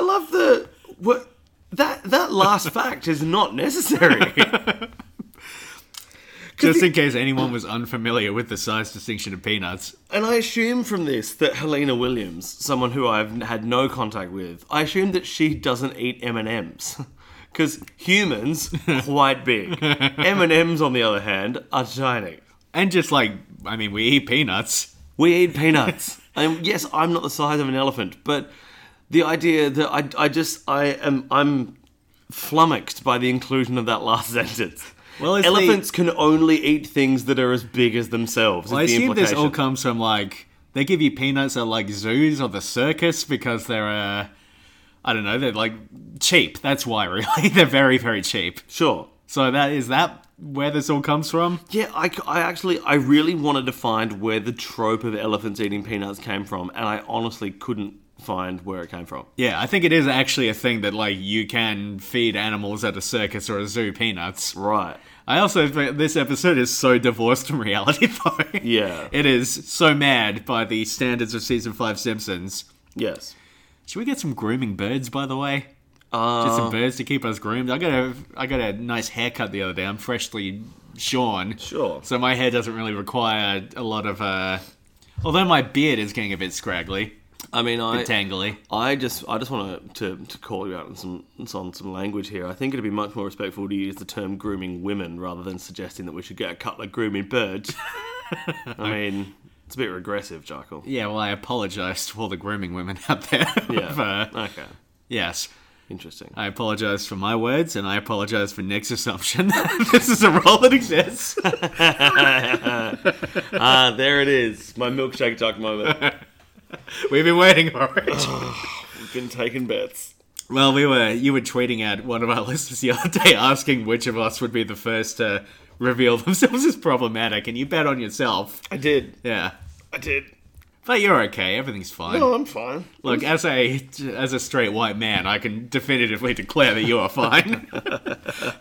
[SPEAKER 3] love the what, that that last fact is not necessary.
[SPEAKER 2] Just in case anyone was unfamiliar with the size distinction of peanuts.
[SPEAKER 3] And I assume from this that Helena Williams, someone who I've had no contact with, I assume that she doesn't eat M and M's, because humans quite big. M and M's, on the other hand, are tiny.
[SPEAKER 2] And just like, I mean, we eat peanuts.
[SPEAKER 3] We eat peanuts. and yes, I'm not the size of an elephant, but the idea that I, I just I am I'm flummoxed by the inclusion of that last sentence.
[SPEAKER 2] Well,
[SPEAKER 3] Well,
[SPEAKER 2] it's
[SPEAKER 3] elephants can only eat things that are as big as themselves.
[SPEAKER 2] I
[SPEAKER 3] is the
[SPEAKER 2] assume this all
[SPEAKER 3] implication.
[SPEAKER 2] comes from like they give you peanuts at like zoos or the circus because they're, uh, I don't know, they're like cheap. That's why, really, they're very, very cheap.
[SPEAKER 3] sure.
[SPEAKER 2] So that is that where this all comes from.
[SPEAKER 3] Yeah, I, c- I actually I really wanted to find where the trope of elephants eating peanuts came from, and I honestly couldn't find where it came from.
[SPEAKER 2] Yeah, I think it is actually a thing that like you can feed animals at a circus or a zoo peanuts.
[SPEAKER 3] Right.
[SPEAKER 2] I also think this episode is so divorced from reality, though.
[SPEAKER 3] Yeah.
[SPEAKER 2] It is so mad by the standards of season five Simpsons.
[SPEAKER 3] Yes.
[SPEAKER 2] Should we get some grooming birds, by the way?
[SPEAKER 3] Uh,
[SPEAKER 2] Get some birds to keep us groomed. I got a I got a nice haircut the other day. I'm freshly shorn,
[SPEAKER 3] sure.
[SPEAKER 2] so my hair doesn't really require a lot of. uh Although my beard is getting a bit scraggly,
[SPEAKER 3] I mean, I
[SPEAKER 2] tangly.
[SPEAKER 3] I just I just want to, to call you out on some on some language here. I think it'd be much more respectful to use the term grooming women rather than suggesting that we should get a couple of grooming birds. I mean, it's a bit regressive, Jackal.
[SPEAKER 2] Yeah, well, I apologise to all the grooming women out there.
[SPEAKER 3] Yeah.
[SPEAKER 2] For-
[SPEAKER 3] Okay.
[SPEAKER 2] yes,
[SPEAKER 3] Interesting.
[SPEAKER 2] I apologise for my words, and I apologise for Nick's assumption that this is a role that exists.
[SPEAKER 3] Ah, there it is. My milkshake duck moment.
[SPEAKER 2] We've been waiting for it.
[SPEAKER 3] We've been taking bets.
[SPEAKER 2] Well, we were you were tweeting at one of our listeners the other day asking which of us would be the first to reveal themselves as problematic, and you bet on yourself.
[SPEAKER 3] I did.
[SPEAKER 2] Yeah,
[SPEAKER 3] I did.
[SPEAKER 2] but you're okay. Everything's fine.
[SPEAKER 3] No, Oh, I'm fine.
[SPEAKER 2] Look, as a as a straight white man, I can definitively declare that you are fine.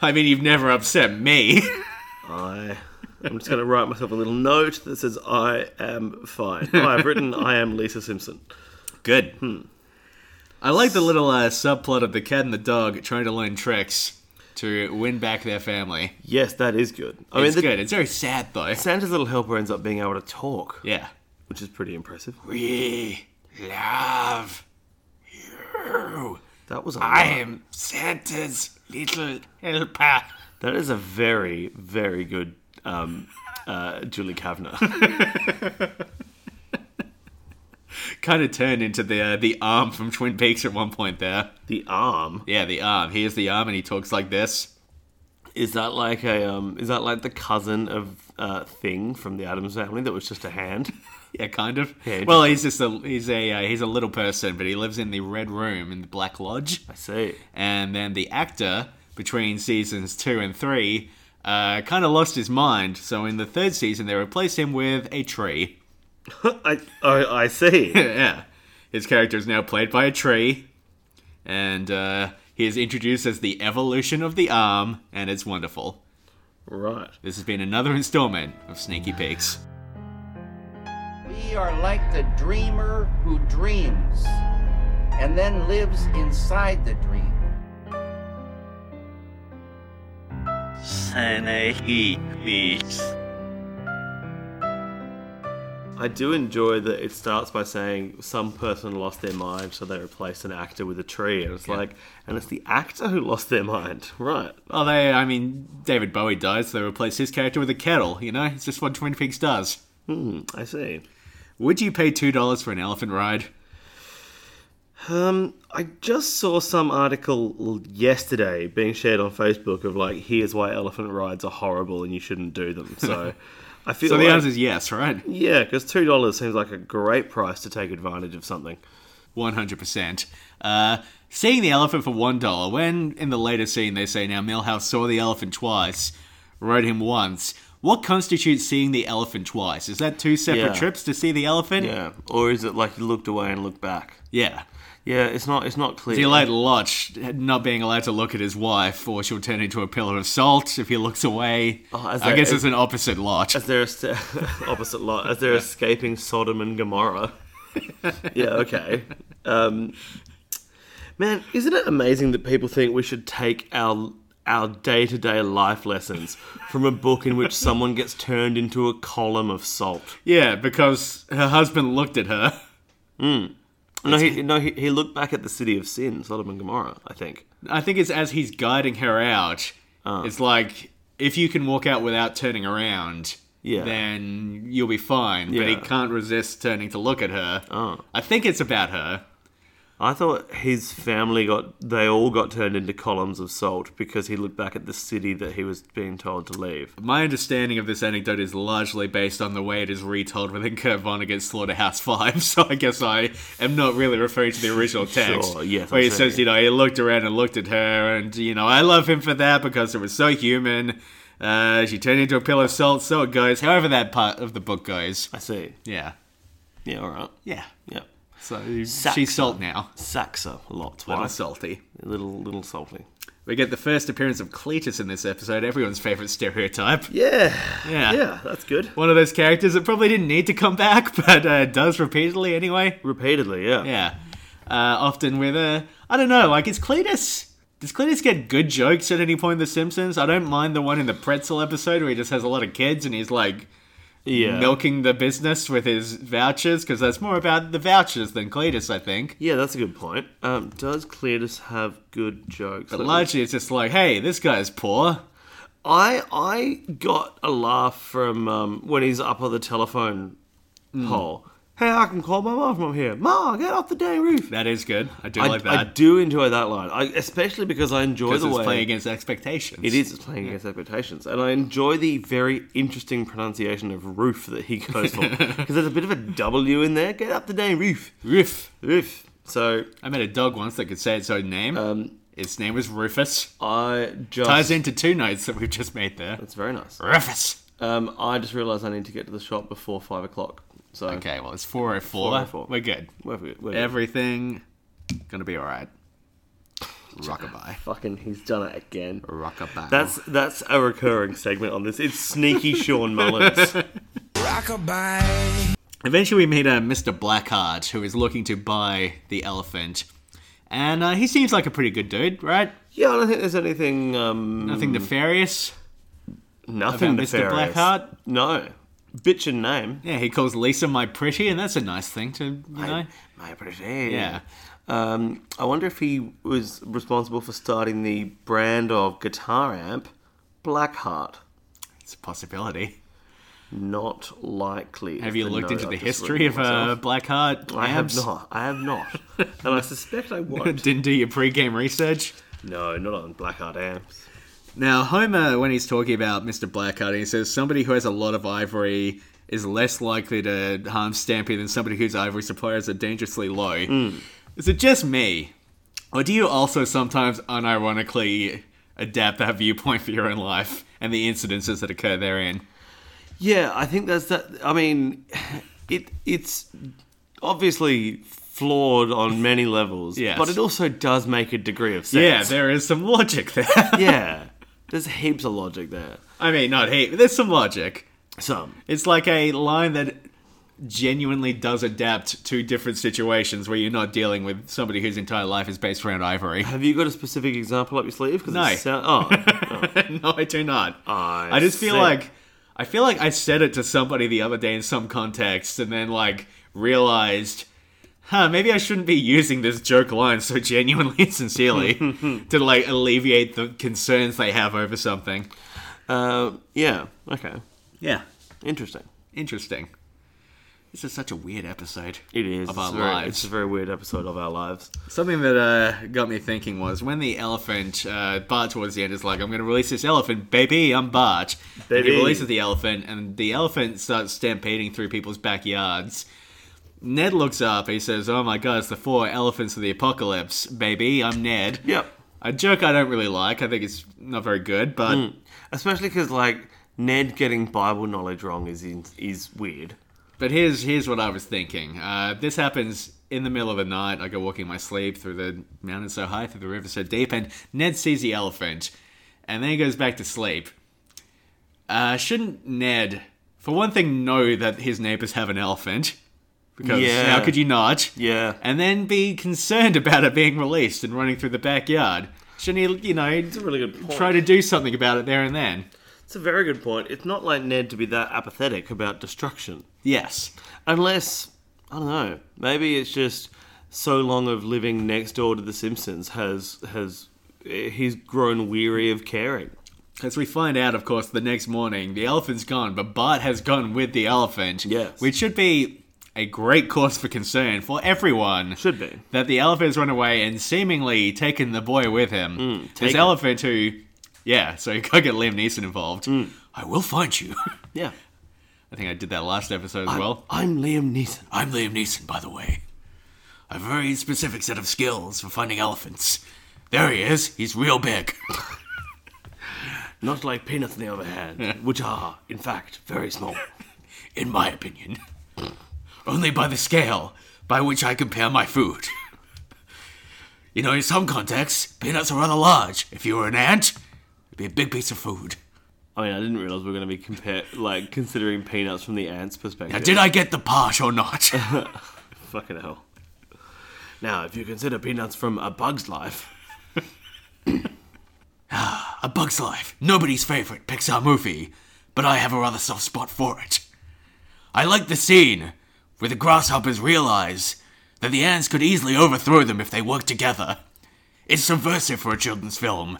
[SPEAKER 2] I mean, you've never upset me.
[SPEAKER 3] I. I'm just going to write myself a little note that says I am fine. I have written I am Lisa Simpson.
[SPEAKER 2] Good. Hmm. I like the little uh, subplot of the cat and the dog trying to learn tricks to win back their family.
[SPEAKER 3] Yes, that is good. I
[SPEAKER 2] It's
[SPEAKER 3] mean, the,
[SPEAKER 2] good. It's very sad though.
[SPEAKER 3] Santa's little helper ends up being able to talk,
[SPEAKER 2] Yeah.
[SPEAKER 3] which is pretty impressive.
[SPEAKER 2] We love you.
[SPEAKER 3] That was a
[SPEAKER 2] I
[SPEAKER 3] lot.
[SPEAKER 2] am Santa's little helper.
[SPEAKER 3] That is a very, very good um, uh, Julie Kavner.
[SPEAKER 2] Kind of turned into the uh, the arm from Twin Peaks at one point there.
[SPEAKER 3] the arm
[SPEAKER 2] Yeah, the arm. He is the arm, and he talks like this.
[SPEAKER 3] is that like a um, is that like the cousin of uh, Thing from the Adams Family that was just a hand?
[SPEAKER 2] Yeah, kind of.
[SPEAKER 3] Yeah,
[SPEAKER 2] well, he's just a he's a uh, he's a little person, but he lives in the red room in the Black Lodge.
[SPEAKER 3] I see.
[SPEAKER 2] And then the actor between seasons two and three uh, kind of lost his mind. So in the third season, they replaced him with a tree.
[SPEAKER 3] I I, I see.
[SPEAKER 2] yeah. His character is now played by a tree, and uh, he is introduced as the evolution of the arm, and it's wonderful.
[SPEAKER 3] right.
[SPEAKER 2] This has been another installment of Sneaky Peeks.
[SPEAKER 4] We are like the dreamer who dreams and then lives inside the dream.
[SPEAKER 3] I do enjoy that it starts by saying some person lost their mind, so they replaced an actor with a tree, and it's like, and it's the actor who lost their mind, right?
[SPEAKER 2] Well, they, I mean, David Bowie dies, so they replace his character with a kettle, you know? It's just what Twin Peaks does.
[SPEAKER 3] Hmm, I see.
[SPEAKER 2] Would you pay $2 for an elephant ride?
[SPEAKER 3] Um, I just saw some article yesterday being shared on Facebook of like, here's why elephant rides are horrible and you shouldn't do them. So, I feel
[SPEAKER 2] So the
[SPEAKER 3] like-
[SPEAKER 2] answer is yes, right?
[SPEAKER 3] yeah, because two dollars seems like a great price to take advantage of something.
[SPEAKER 2] 100%. Uh, seeing the elephant for $1, when in the later scene they say now Milhouse saw the elephant twice, rode him once, what constitutes seeing the elephant twice? Is that two separate
[SPEAKER 3] Yeah.
[SPEAKER 2] trips to see the elephant?
[SPEAKER 3] Yeah, or is it like you looked away and looked back?
[SPEAKER 2] Yeah.
[SPEAKER 3] Yeah, it's not. It's not clear.
[SPEAKER 2] The late Lodge not being allowed to look at his wife, or she'll turn into a pillar of salt if he looks away.
[SPEAKER 3] Oh, as
[SPEAKER 2] I
[SPEAKER 3] they-
[SPEAKER 2] guess it's an opposite Lodge.
[SPEAKER 3] As they're es- opposite lot, as they're escaping Sodom and Gomorrah. yeah. Okay. Um, man, isn't it amazing that people think we should take our our day to day life lessons from a book in which someone gets turned into a column of salt.
[SPEAKER 2] Yeah, because her husband looked at her.
[SPEAKER 3] No, he, no he, he looked back at the city of sin, Sodom and Gomorrah, I think.
[SPEAKER 2] I think it's as he's guiding her out.
[SPEAKER 3] Ah.
[SPEAKER 2] It's like if you can walk out without turning around,
[SPEAKER 3] Yeah.
[SPEAKER 2] then you'll be fine. But he
[SPEAKER 3] Yeah.
[SPEAKER 2] can't resist turning to look at her.
[SPEAKER 3] Oh.
[SPEAKER 2] I think it's about her.
[SPEAKER 3] I thought his family got, they all got turned into columns of salt because he looked back at the city that he was being told to leave.
[SPEAKER 2] My understanding of this anecdote is largely based on the way it is retold within Kurt Vonnegut's Slaughterhouse Five. So I guess I am not really referring to the original text,
[SPEAKER 3] Sure, yes,
[SPEAKER 2] where
[SPEAKER 3] I'm
[SPEAKER 2] he says,
[SPEAKER 3] saying-
[SPEAKER 2] you know, he looked around and looked at her, and you know, I love him for that because it was so human. Uh, she turned into a pillow of salt, so it goes. However, that part of the book goes.
[SPEAKER 3] I see.
[SPEAKER 2] Yeah.
[SPEAKER 3] Yeah, all right.
[SPEAKER 2] Yeah.
[SPEAKER 3] Yeah.
[SPEAKER 2] So
[SPEAKER 3] Sucks.
[SPEAKER 2] she's salt now.
[SPEAKER 3] Saxa a lot.
[SPEAKER 2] Little
[SPEAKER 3] Twice.
[SPEAKER 2] salty.
[SPEAKER 3] A little, little salty.
[SPEAKER 2] We get the first appearance of Cletus in this episode, everyone's favorite stereotype.
[SPEAKER 3] Yeah.
[SPEAKER 2] Yeah.
[SPEAKER 3] that's good.
[SPEAKER 2] One of those characters that probably didn't need to come back, but uh, does repeatedly anyway.
[SPEAKER 3] Repeatedly, yeah.
[SPEAKER 2] Yeah. Uh, often with a. I don't know, like, is Cletus. Does Cletus get good jokes at any point in The Simpsons? I don't mind the one in the pretzel episode where he just has a lot of kids and he's like
[SPEAKER 3] Yeah.
[SPEAKER 2] milking the business with his vouchers, because that's more about the vouchers than Cletus, I think.
[SPEAKER 3] Yeah, that's a good point. Um, does Cleotus have good jokes?
[SPEAKER 2] But
[SPEAKER 3] Let me-
[SPEAKER 2] largely it's just like, hey, this guy's poor.
[SPEAKER 3] I I got a laugh from um, when he's up on the telephone pole. Hey, I can call my mum from here. Ma, get off the dang roof.
[SPEAKER 2] That is good. I do
[SPEAKER 3] I,
[SPEAKER 2] like
[SPEAKER 3] I
[SPEAKER 2] that.
[SPEAKER 3] do enjoy that line, I, especially because I enjoy
[SPEAKER 2] Because
[SPEAKER 3] the
[SPEAKER 2] it's
[SPEAKER 3] way
[SPEAKER 2] playing against expectations.
[SPEAKER 3] it is it's playing against expectations, and I enjoy the very interesting pronunciation of roof that he goes for because there's a bit of a W in there. Get up the dang roof,
[SPEAKER 2] Roof.
[SPEAKER 3] roof. So
[SPEAKER 2] I met a dog once that could say its own name.
[SPEAKER 3] um,
[SPEAKER 2] its name was Rufus.
[SPEAKER 3] I just
[SPEAKER 2] Ties into two notes that we've just made there.
[SPEAKER 3] That's very nice.
[SPEAKER 2] Rufus.
[SPEAKER 3] Um, I just realised I need to get to the shop before five o'clock. So
[SPEAKER 2] Okay, well it's 404.
[SPEAKER 3] 404.
[SPEAKER 2] We're good.
[SPEAKER 3] Where we, where we-
[SPEAKER 2] Everything gonna be all right. Rockabye.
[SPEAKER 3] fucking he's done it again.
[SPEAKER 2] Rockabye.
[SPEAKER 3] That's that's a recurring segment on this. It's sneaky Sean Mullins.
[SPEAKER 2] Eventually, we meet uh, Mr. Blackheart, who is looking to buy the elephant, and uh, he seems like a pretty good dude, right?
[SPEAKER 3] yeah, I don't think there's anything um
[SPEAKER 2] Nothing nefarious.
[SPEAKER 3] nothing
[SPEAKER 2] about Mr.
[SPEAKER 3] nefarious.
[SPEAKER 2] Blackheart?
[SPEAKER 3] No. Bitchin' name.
[SPEAKER 2] Yeah, he calls Lisa my pretty, and that's a nice thing to, you know.
[SPEAKER 3] My, my pretty.
[SPEAKER 2] Yeah.
[SPEAKER 3] Um, I wonder if he was responsible for starting the brand of guitar amp, Blackheart.
[SPEAKER 2] It's a possibility.
[SPEAKER 3] Not likely.
[SPEAKER 2] Have
[SPEAKER 3] is
[SPEAKER 2] you
[SPEAKER 3] the
[SPEAKER 2] looked
[SPEAKER 3] note
[SPEAKER 2] into the
[SPEAKER 3] I've just
[SPEAKER 2] history
[SPEAKER 3] written
[SPEAKER 2] of
[SPEAKER 3] myself.
[SPEAKER 2] uh, Blackheart?
[SPEAKER 3] I have
[SPEAKER 2] abs?
[SPEAKER 3] not. I have not. and I suspect I won't.
[SPEAKER 2] Didn't do your pre-game research.
[SPEAKER 3] no, not on Blackheart amps.
[SPEAKER 2] Now Homer, when he's talking about Mr. Blackheart, he says somebody who has a lot of ivory is less likely to harm Stampy than somebody whose ivory suppliers are dangerously low. Is it just me, or do you also sometimes unironically adapt that viewpoint for your own life and the incidences that occur therein?
[SPEAKER 3] Yeah, I think that's that. I mean, it it's obviously flawed on many levels.
[SPEAKER 2] Yes.
[SPEAKER 3] but it also does make a degree of
[SPEAKER 2] Yeah,
[SPEAKER 3] sense.
[SPEAKER 2] there is some logic there.
[SPEAKER 3] yeah. There's heaps of logic there.
[SPEAKER 2] I mean, not he. but There's some logic.
[SPEAKER 3] Some.
[SPEAKER 2] It's like a line that genuinely does adapt to different situations where you're not dealing with somebody whose entire life is based around ivory.
[SPEAKER 3] Have you got a specific example up your sleeve? 'Cause it
[SPEAKER 2] No.
[SPEAKER 3] sou- oh,
[SPEAKER 2] no, I do not.
[SPEAKER 3] I
[SPEAKER 2] I just feel
[SPEAKER 3] see.
[SPEAKER 2] like I feel like I said it to somebody the other day in some context and then like realized Huh, maybe I shouldn't be using this joke line so genuinely and sincerely to like alleviate the concerns they have over something.
[SPEAKER 3] uh, yeah. Okay.
[SPEAKER 2] Yeah.
[SPEAKER 3] Interesting.
[SPEAKER 2] Interesting. This is such a weird episode.
[SPEAKER 3] It is.
[SPEAKER 2] Of our
[SPEAKER 3] it's, a very,
[SPEAKER 2] lives.
[SPEAKER 3] it's a very weird episode of our lives.
[SPEAKER 2] Something that uh, got me thinking was when the elephant uh, Bart towards the end is like, "I'm going to release this elephant, baby, I'm Bart." And
[SPEAKER 3] Baby.
[SPEAKER 2] he releases the elephant, and the elephant starts stampeding through people's backyards. Ned looks up. He says, "Oh my God, it's the four elephants of the apocalypse, baby. I'm Ned."
[SPEAKER 3] Yep.
[SPEAKER 2] A joke I don't really like. I think it's not very good, but
[SPEAKER 3] Especially because like Ned getting Bible knowledge wrong is in, is weird.
[SPEAKER 2] But here's here's what I was thinking. Uh, this happens in the middle of the night. I go walking in my sleep through the mountain so high, through the river so deep, and Ned sees the elephant, and then he goes back to sleep. Uh, shouldn't Ned, for one thing, know that his neighbors have an elephant? Because
[SPEAKER 3] Yeah.
[SPEAKER 2] how could you not?
[SPEAKER 3] Yeah.
[SPEAKER 2] And then be concerned about it being released and running through the backyard. much, and he'll, you know,
[SPEAKER 3] It's a really good point.
[SPEAKER 2] try to do something about it there and then.
[SPEAKER 3] It's a very good point. It's not like Ned to be that apathetic about destruction.
[SPEAKER 2] Yes.
[SPEAKER 3] Unless, I don't know, maybe it's just so long of living next door to The Simpsons has, has, eh, he's grown weary of caring.
[SPEAKER 2] As we find out, of course, the next morning, the elephant's gone, but Bart has gone with the elephant.
[SPEAKER 3] Yes.
[SPEAKER 2] Which should be a great cause for concern for everyone.
[SPEAKER 3] Should be.
[SPEAKER 2] That the elephant has run away and seemingly taken the boy with him. this
[SPEAKER 3] taken.
[SPEAKER 2] elephant who, yeah, so you gotta get Liam Neeson involved. I will find you.
[SPEAKER 3] Yeah.
[SPEAKER 2] I think I did that last episode as well.
[SPEAKER 3] I'm Liam Neeson.
[SPEAKER 2] I'm Liam Neeson, by the way. A very specific set of skills for finding elephants. There he is. He's real big.
[SPEAKER 3] Not like peanuts on the other hand, which are, in fact, very small.
[SPEAKER 2] in my opinion. Only by the scale by which I compare my food. You know, in some contexts, peanuts are rather large. If you were an ant, it'd be a big piece of food.
[SPEAKER 3] I mean, I didn't realize we were going to be compare like considering peanuts from the ants' perspective.
[SPEAKER 2] Now, did I get the part or not?
[SPEAKER 3] Fucking hell. Now, if you consider peanuts from a bug's life,
[SPEAKER 2] a Bug's Life, nobody's favorite Pixar movie, but I have a rather soft spot for it. I like the scene where the grasshoppers realize that the ants could easily overthrow them if they worked together. It's subversive for a children's film.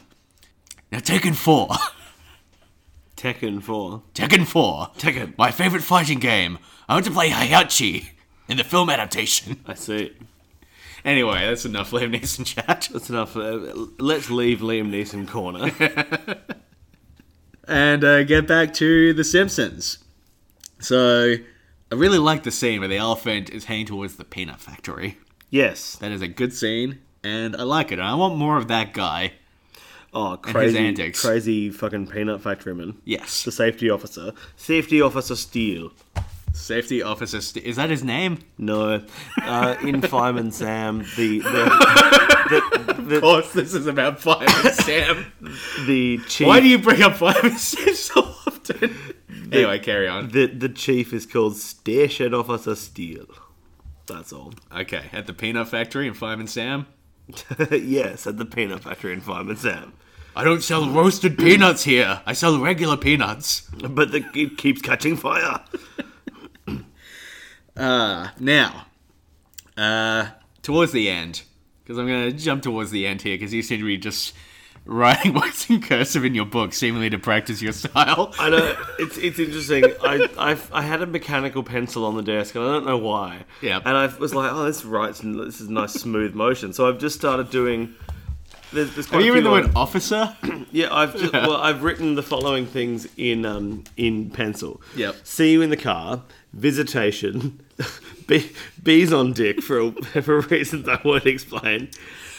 [SPEAKER 2] Now, Taken 4.
[SPEAKER 3] Tekken 4.
[SPEAKER 2] Tekken 4.
[SPEAKER 3] Tekken.
[SPEAKER 2] My favorite fighting game. I want to play Hayachi in the film adaptation.
[SPEAKER 3] I see.
[SPEAKER 2] Anyway, that's enough Liam Neeson chat.
[SPEAKER 3] That's enough. Uh, let's leave Liam Neeson corner.
[SPEAKER 2] and uh, get back to The Simpsons. So, I really like the scene where the elephant is heading towards the peanut factory.
[SPEAKER 3] yes.
[SPEAKER 2] That is a good scene, and I like it. And I want more of that guy.
[SPEAKER 3] Oh,
[SPEAKER 2] his
[SPEAKER 3] crazy,
[SPEAKER 2] antics.
[SPEAKER 3] crazy fucking peanut factory man.
[SPEAKER 2] Yes.
[SPEAKER 3] The safety officer. Safety officer Steele.
[SPEAKER 2] Safety officer. St- is that his name?
[SPEAKER 3] No, uh, in Fireman Sam, the the,
[SPEAKER 2] Of course, this is about Fireman Sam.
[SPEAKER 3] the chief.
[SPEAKER 2] Why do you bring up Fireman Sam so often? anyway, carry on.
[SPEAKER 3] the the chief is called Station Officer Steele. That's all.
[SPEAKER 2] Okay, at the peanut factory in Fireman Sam.
[SPEAKER 3] yes, at the peanut factory in Fireman Sam.
[SPEAKER 2] I don't sell roasted peanuts here. I sell regular peanuts.
[SPEAKER 3] But the, it keeps catching fire.
[SPEAKER 2] Now, uh, towards the end, because I'm going to jump towards the end here, because you seem to be just writing words in cursive in your book, seemingly to practice your style.
[SPEAKER 3] I know it's it's interesting. I I've, I had a mechanical pencil on the desk, and I don't know why.
[SPEAKER 2] Yep.
[SPEAKER 3] And I was like, oh, this writes. This is nice smooth motion. So I've just started doing. There's, there's quite
[SPEAKER 2] Have
[SPEAKER 3] a
[SPEAKER 2] you
[SPEAKER 3] few
[SPEAKER 2] read the word
[SPEAKER 3] lines.
[SPEAKER 2] officer?
[SPEAKER 3] Yeah, I've just, well, I've written the following things in um, in pencil.
[SPEAKER 2] Yep.
[SPEAKER 3] See you in the car. Visitation. Be- bees on dick for a, for reasons I won't explain.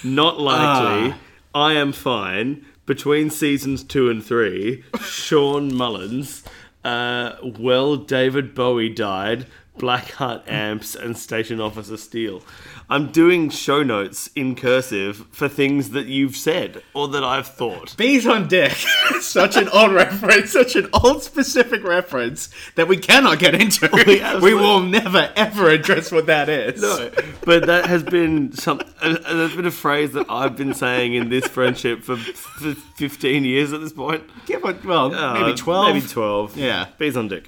[SPEAKER 3] Not likely. I am fine. Between seasons two and three. Sean Mullins. Uh, well, David Bowie died. Blackheart amps and station officer Steele. I'm doing show notes in cursive for things that you've said or that I've thought.
[SPEAKER 2] Bees on deck. such an old reference, such an old specific reference that we cannot get into.
[SPEAKER 3] We
[SPEAKER 2] we
[SPEAKER 3] absolutely-
[SPEAKER 2] will never, ever address what that is.
[SPEAKER 3] No, but that has been some. uh, uh, That's been a phrase that I've been saying in this friendship for, for fifteen years at this point.
[SPEAKER 2] Give it, well,
[SPEAKER 3] Uh,
[SPEAKER 2] maybe 12.
[SPEAKER 3] Maybe twelve.
[SPEAKER 2] Yeah.
[SPEAKER 3] Bees on dick.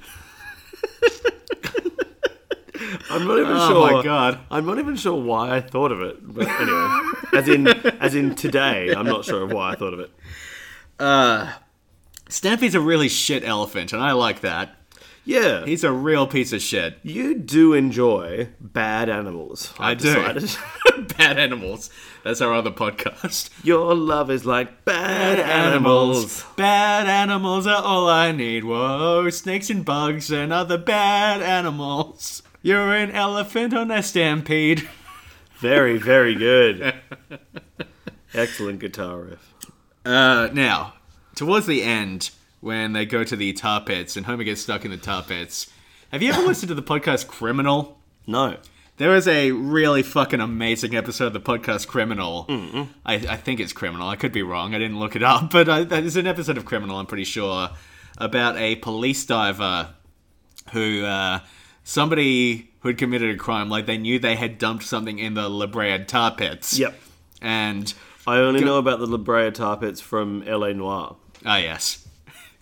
[SPEAKER 3] I'm not even
[SPEAKER 2] Oh
[SPEAKER 3] sure.
[SPEAKER 2] my God.
[SPEAKER 3] I'm not even sure why I thought of it. But anyway, as in as in today, I'm not sure of why I thought of it.
[SPEAKER 2] Stampy's a really shit elephant, and I like that.
[SPEAKER 3] Yeah,
[SPEAKER 2] He's a real piece of shit.
[SPEAKER 3] you do enjoy bad animals.
[SPEAKER 2] I
[SPEAKER 3] I've
[SPEAKER 2] do.
[SPEAKER 3] decided.
[SPEAKER 2] Bad Animals. That's our other podcast.
[SPEAKER 3] Your love is like bad animals.
[SPEAKER 2] Bad animals are all I need. Whoa, snakes and bugs and other bad animals. You're an elephant on a stampede.
[SPEAKER 3] Very, very good. Excellent guitar riff.
[SPEAKER 2] Uh, now, towards the end, when they go to the tar pits and Homer gets stuck in the tar pits, have you ever listened to the podcast Criminal?
[SPEAKER 3] No.
[SPEAKER 2] There is a really fucking amazing episode of the podcast Criminal. I, I think it's Criminal. I could be wrong. I didn't look it up, but I, there's an episode of Criminal, I'm pretty sure, about a police diver who uh, somebody who had committed a crime, like they knew they had dumped something in the La Brea tar pits.
[SPEAKER 3] Yep.
[SPEAKER 2] And
[SPEAKER 3] I only know about the La Brea Tar Pits from L.A. Noir.
[SPEAKER 2] Ah, yes.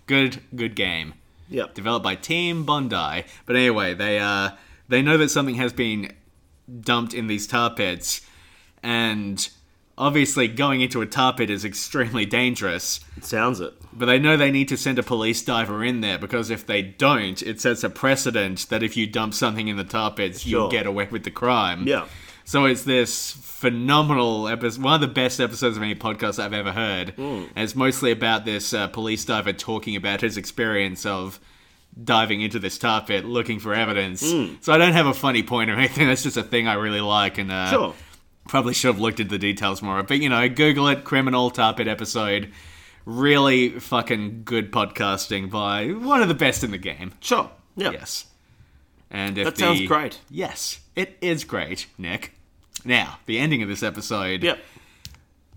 [SPEAKER 2] Good, good game.
[SPEAKER 3] Yep.
[SPEAKER 2] Developed by Team Bondi. But anyway, they uh, they know that something has been dumped in these tar pits, and obviously going into a tar pit is extremely dangerous.
[SPEAKER 3] Sounds it.
[SPEAKER 2] But they know they need to send a police diver in there because if they don't, it sets a precedent that if you dump something in the tar pits, you'll
[SPEAKER 3] Sure.
[SPEAKER 2] get away with the crime.
[SPEAKER 3] Yeah.
[SPEAKER 2] So it's this phenomenal episode, one of the best episodes of any podcast I've ever heard.
[SPEAKER 3] Mm.
[SPEAKER 2] And it's mostly about this uh, police diver talking about his experience of diving into this tar pit looking for evidence.
[SPEAKER 3] Mm.
[SPEAKER 2] So I don't have a funny point or anything. That's just a thing I really like. And uh,
[SPEAKER 3] Sure.
[SPEAKER 2] probably should have looked into the details more. But you know, Google it, criminal tar pit episode. Really fucking good podcasting by one of the best in the game.
[SPEAKER 3] Sure. Yeah.
[SPEAKER 2] Yes. And if
[SPEAKER 3] That
[SPEAKER 2] the-
[SPEAKER 3] sounds great.
[SPEAKER 2] Yes, it is great, Nick. Now, the ending of this episode.
[SPEAKER 3] Yep.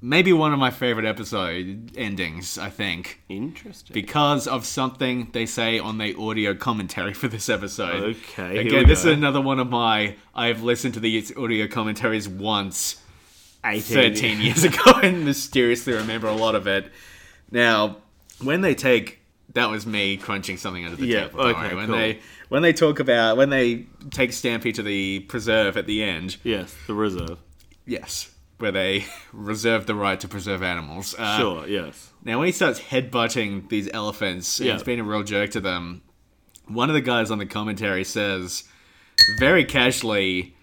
[SPEAKER 2] Maybe one of my favorite episode endings, I think,
[SPEAKER 3] Interesting.
[SPEAKER 2] because of something they say on the audio commentary for this episode.
[SPEAKER 3] Okay, here
[SPEAKER 2] Again,
[SPEAKER 3] we
[SPEAKER 2] this
[SPEAKER 3] go.
[SPEAKER 2] is another one of my. I've listened to these audio commentaries once 13 years ago and mysteriously remember a lot of it. Now, when they take that was me crunching something under the
[SPEAKER 3] Yeah,
[SPEAKER 2] table. don't
[SPEAKER 3] okay,
[SPEAKER 2] worry. when
[SPEAKER 3] cool.
[SPEAKER 2] they when they talk about when they take Stampy to the preserve at the end,
[SPEAKER 3] Yes, the reserve.
[SPEAKER 2] yes, where they reserve the right to preserve animals. Uh,
[SPEAKER 3] Sure. Yes.
[SPEAKER 2] Now, when he starts headbutting these elephants, and
[SPEAKER 3] Yeah.
[SPEAKER 2] it's been a real jerk to them. One of the guys on the commentary says, very casually,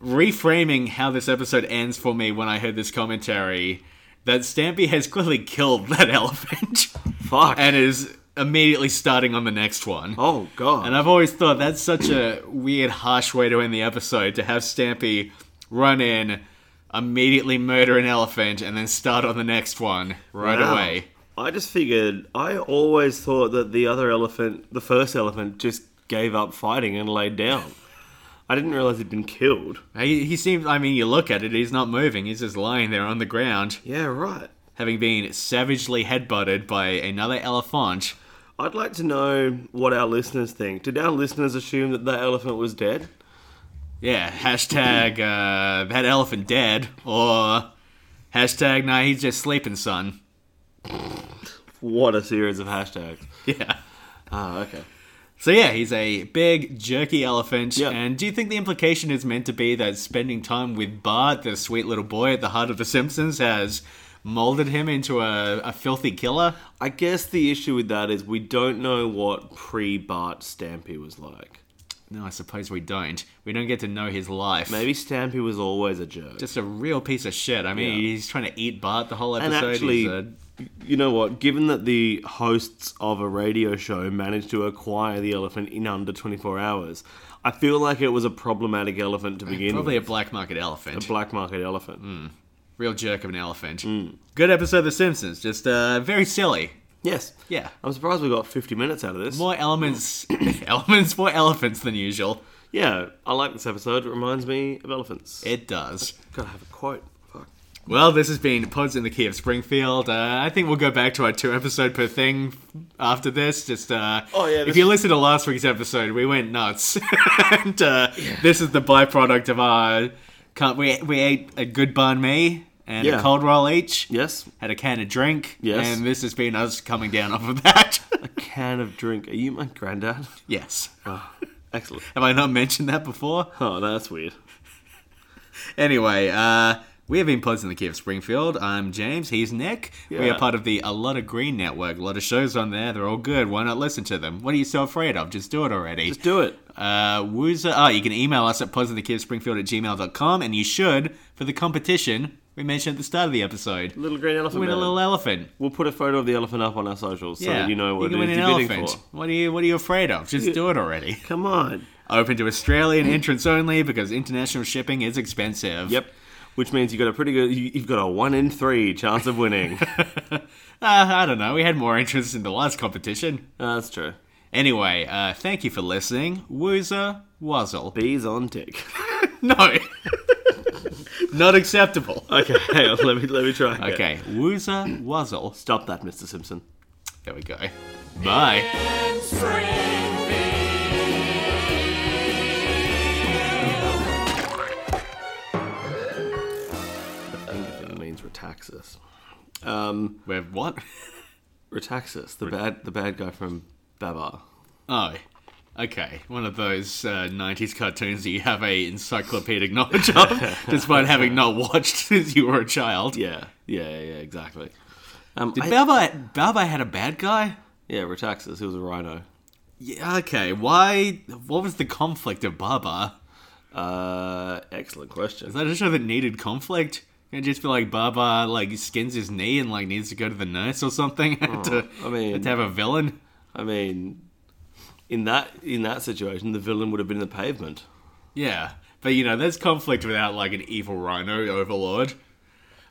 [SPEAKER 2] reframing how this episode ends for me when I heard this commentary, that Stampy has clearly killed that elephant
[SPEAKER 3] Fuck.
[SPEAKER 2] and is immediately starting on the next one.
[SPEAKER 3] oh god.
[SPEAKER 2] And I've always thought that's such a weird, harsh way to end the episode to have Stampy run in, immediately murder an elephant, and then start on the next one right
[SPEAKER 3] Wow.
[SPEAKER 2] away.
[SPEAKER 3] I just figured. I always thought that the other elephant, the first elephant, just gave up fighting and laid down. I didn't realize he'd been killed.
[SPEAKER 2] He, he seems, I mean, you look at it, he's not moving. He's just lying there on the ground,
[SPEAKER 3] Yeah. Right.
[SPEAKER 2] having been savagely headbutted by another elephant.
[SPEAKER 3] I'd like to know what our listeners think. Did our listeners assume that that elephant was dead?
[SPEAKER 2] Yeah, hashtag uh, that elephant dead, or hashtag nah, he's just sleeping, son.
[SPEAKER 3] What a series of hashtags.
[SPEAKER 2] Yeah.
[SPEAKER 3] Ah, okay.
[SPEAKER 2] So yeah, he's a big jerky elephant.
[SPEAKER 3] Yeah.
[SPEAKER 2] And do you think the implication is meant to be that spending time with Bart, the sweet little boy at the heart of the Simpsons, has molded him into a, a filthy killer?
[SPEAKER 3] I guess the issue with that is we don't know what pre Bart Stampy was like.
[SPEAKER 2] No, I suppose we don't. We don't get to know his life.
[SPEAKER 3] Maybe Stampy was always a jerk.
[SPEAKER 2] just a real piece of shit. I mean,
[SPEAKER 3] Yeah.
[SPEAKER 2] he's trying to eat Bart the whole
[SPEAKER 3] and
[SPEAKER 2] episode.
[SPEAKER 3] actually,
[SPEAKER 2] He's a-
[SPEAKER 3] you know what? Given that the hosts of a radio show managed to acquire the elephant in under 24 hours, I feel like it was a problematic elephant to begin
[SPEAKER 2] probably
[SPEAKER 3] with.
[SPEAKER 2] a Hmm. black market elephant.
[SPEAKER 3] A black market elephant.
[SPEAKER 2] real jerk of an elephant.
[SPEAKER 3] Mm.
[SPEAKER 2] Good episode of The Simpsons. Just uh, very silly.
[SPEAKER 3] Yes.
[SPEAKER 2] Yeah.
[SPEAKER 3] I'm surprised we got 50 minutes out of this.
[SPEAKER 2] More elements, elements, more elephants than usual.
[SPEAKER 3] Yeah, I like this episode. It reminds me of elephants.
[SPEAKER 2] It does.
[SPEAKER 3] Gotta have a quote. Fuck.
[SPEAKER 2] Well, this has been Pods in the Key of Springfield. Uh, I think we'll go back to our two episode per thing after this. Just uh,
[SPEAKER 3] Oh, yeah,
[SPEAKER 2] if
[SPEAKER 3] this-
[SPEAKER 2] you listen to last week's episode, we went nuts, and uh, this is the byproduct of our. Can't, we we ate a good banh mi and a
[SPEAKER 3] Yeah.
[SPEAKER 2] cold roll each.
[SPEAKER 3] Yes.
[SPEAKER 2] Had a can of drink.
[SPEAKER 3] Yes.
[SPEAKER 2] And this has been us coming down off of that.
[SPEAKER 3] Can of drink. Are you my granddad? Oh,
[SPEAKER 2] yes.
[SPEAKER 3] Excellent.
[SPEAKER 2] Have I not mentioned that before?
[SPEAKER 3] Oh, that's weird.
[SPEAKER 2] Anyway, uh, we have been Pods in the Key of Springfield. I'm James. He's Nick. We
[SPEAKER 3] Yeah.
[SPEAKER 2] are part of the A Lot of Green Network. A lot of shows on there. They're all good. Why not listen to them? What are you so afraid of? Just do it already.
[SPEAKER 3] Just do it.
[SPEAKER 2] Uh, Wooza. Oh, you can email us at podsinthekeyofspringfield at gmail.com, and you should for the competition we mentioned at the start of the episode.
[SPEAKER 3] Little green elephant.
[SPEAKER 2] Win a
[SPEAKER 3] man.
[SPEAKER 2] little elephant.
[SPEAKER 3] we'll put a photo of the elephant up on our socials so
[SPEAKER 2] yeah,
[SPEAKER 3] that you know what
[SPEAKER 2] you
[SPEAKER 3] it is
[SPEAKER 2] can win an
[SPEAKER 3] you're bidding
[SPEAKER 2] elephant.
[SPEAKER 3] for.
[SPEAKER 2] What are you What are you afraid of? Just do it already.
[SPEAKER 3] Come on.
[SPEAKER 2] Open to Australian entrance only because international shipping is expensive.
[SPEAKER 3] Yep. Which means you got a pretty good. You, you've got a one in three chance of winning.
[SPEAKER 2] Uh, I don't know. We had more interest in the last competition.
[SPEAKER 3] Uh, that's true.
[SPEAKER 2] Anyway, uh, thank you for listening. Woozer Wuzzle.
[SPEAKER 3] Bees on dick.
[SPEAKER 2] No! Not acceptable.
[SPEAKER 3] Okay, hang on. Let me let me try. Again.
[SPEAKER 2] Okay, Woozer Wuzzle.
[SPEAKER 3] Stop that, Mr. Simpson.
[SPEAKER 2] There we go. Bye.
[SPEAKER 3] Finger thing, means Retaxas. Um,
[SPEAKER 2] Where what?
[SPEAKER 3] Retaxas, the bad the bad guy from Babar.
[SPEAKER 2] Oh, okay. One of those uh, 90s cartoons that you have a encyclopedic knowledge of, despite having not watched since you were a child.
[SPEAKER 3] Yeah, yeah, yeah, yeah, exactly. Um,
[SPEAKER 2] Did
[SPEAKER 3] I-
[SPEAKER 2] Baba, Baba had a bad guy?
[SPEAKER 3] yeah, Retaxas. He was a rhino.
[SPEAKER 2] Yeah, okay. Why? What was the conflict of Baba?
[SPEAKER 3] Uh, excellent question.
[SPEAKER 2] Is that a show that needed conflict? Can it just be like Baba like skins his knee and like needs to go to the nurse or something to,
[SPEAKER 3] Oh, I mean-
[SPEAKER 2] to have a villain?
[SPEAKER 3] I mean, in that in that situation, the villain would have been the pavement.
[SPEAKER 2] Yeah, but you know, there's conflict without like an evil rhino overlord.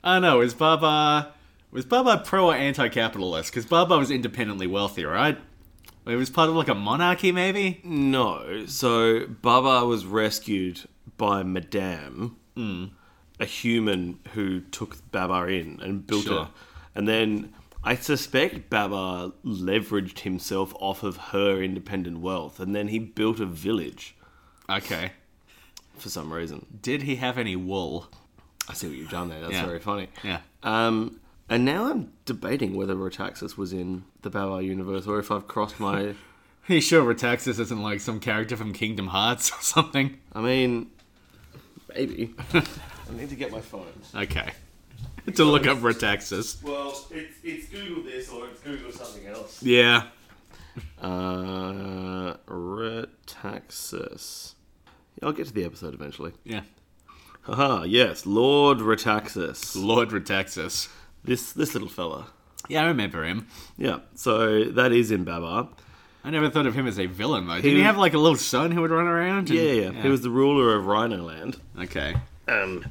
[SPEAKER 2] I don't know. Is Baba was Baba pro or anti-capitalist? Because Baba was independently wealthy, right? It was part of like a monarchy, maybe.
[SPEAKER 3] No, so Baba was rescued by Madame, a human who took Baba in and built
[SPEAKER 2] Sure.
[SPEAKER 3] her, and then. I suspect Baba leveraged himself off of her independent wealth, and then he built a village
[SPEAKER 2] Okay.
[SPEAKER 3] for some reason.
[SPEAKER 2] Did he have any wool?
[SPEAKER 3] I see what you've done there. That's
[SPEAKER 2] Yeah.
[SPEAKER 3] very funny.
[SPEAKER 2] Yeah.
[SPEAKER 3] Um, and now I'm debating whether Rotaxis was in the Babar universe or if I've crossed my.
[SPEAKER 2] He sure Retaxus isn't like some character from Kingdom Hearts or something.
[SPEAKER 3] I mean, maybe. I need to get my phone.
[SPEAKER 2] Okay. to look up Retaxus.
[SPEAKER 3] Well, it's, it's Google this or it's Google something else.
[SPEAKER 2] Yeah.
[SPEAKER 3] Uh, Rotaxis. I'll get to the episode eventually.
[SPEAKER 2] Yeah.
[SPEAKER 3] Haha, yes, Lord Rotaxis.
[SPEAKER 2] Lord Retaxus.
[SPEAKER 3] This, this little fella.
[SPEAKER 2] Yeah, I remember him.
[SPEAKER 3] Yeah, so that is in Babar.
[SPEAKER 2] I never thought of him as a villain though. Did he have like a little son who would run around? and-
[SPEAKER 3] Yeah, yeah, yeah. He was the ruler of Rhino Land.
[SPEAKER 2] Okay.
[SPEAKER 3] Um,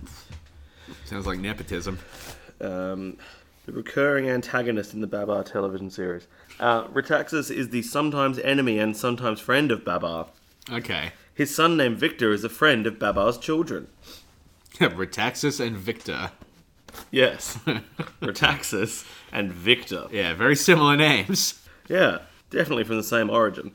[SPEAKER 2] Sounds like nepotism.
[SPEAKER 3] um, the recurring antagonist in the Babar television series. Uh, Retaxas is the sometimes enemy and sometimes friend of Babar.
[SPEAKER 2] Okay.
[SPEAKER 3] His son named Victor is a friend of Babar's children.
[SPEAKER 2] Retaxus and Victor.
[SPEAKER 3] Yes. Retaxas and Victor.
[SPEAKER 2] Yeah, very similar names.
[SPEAKER 3] Yeah, definitely from the same origin.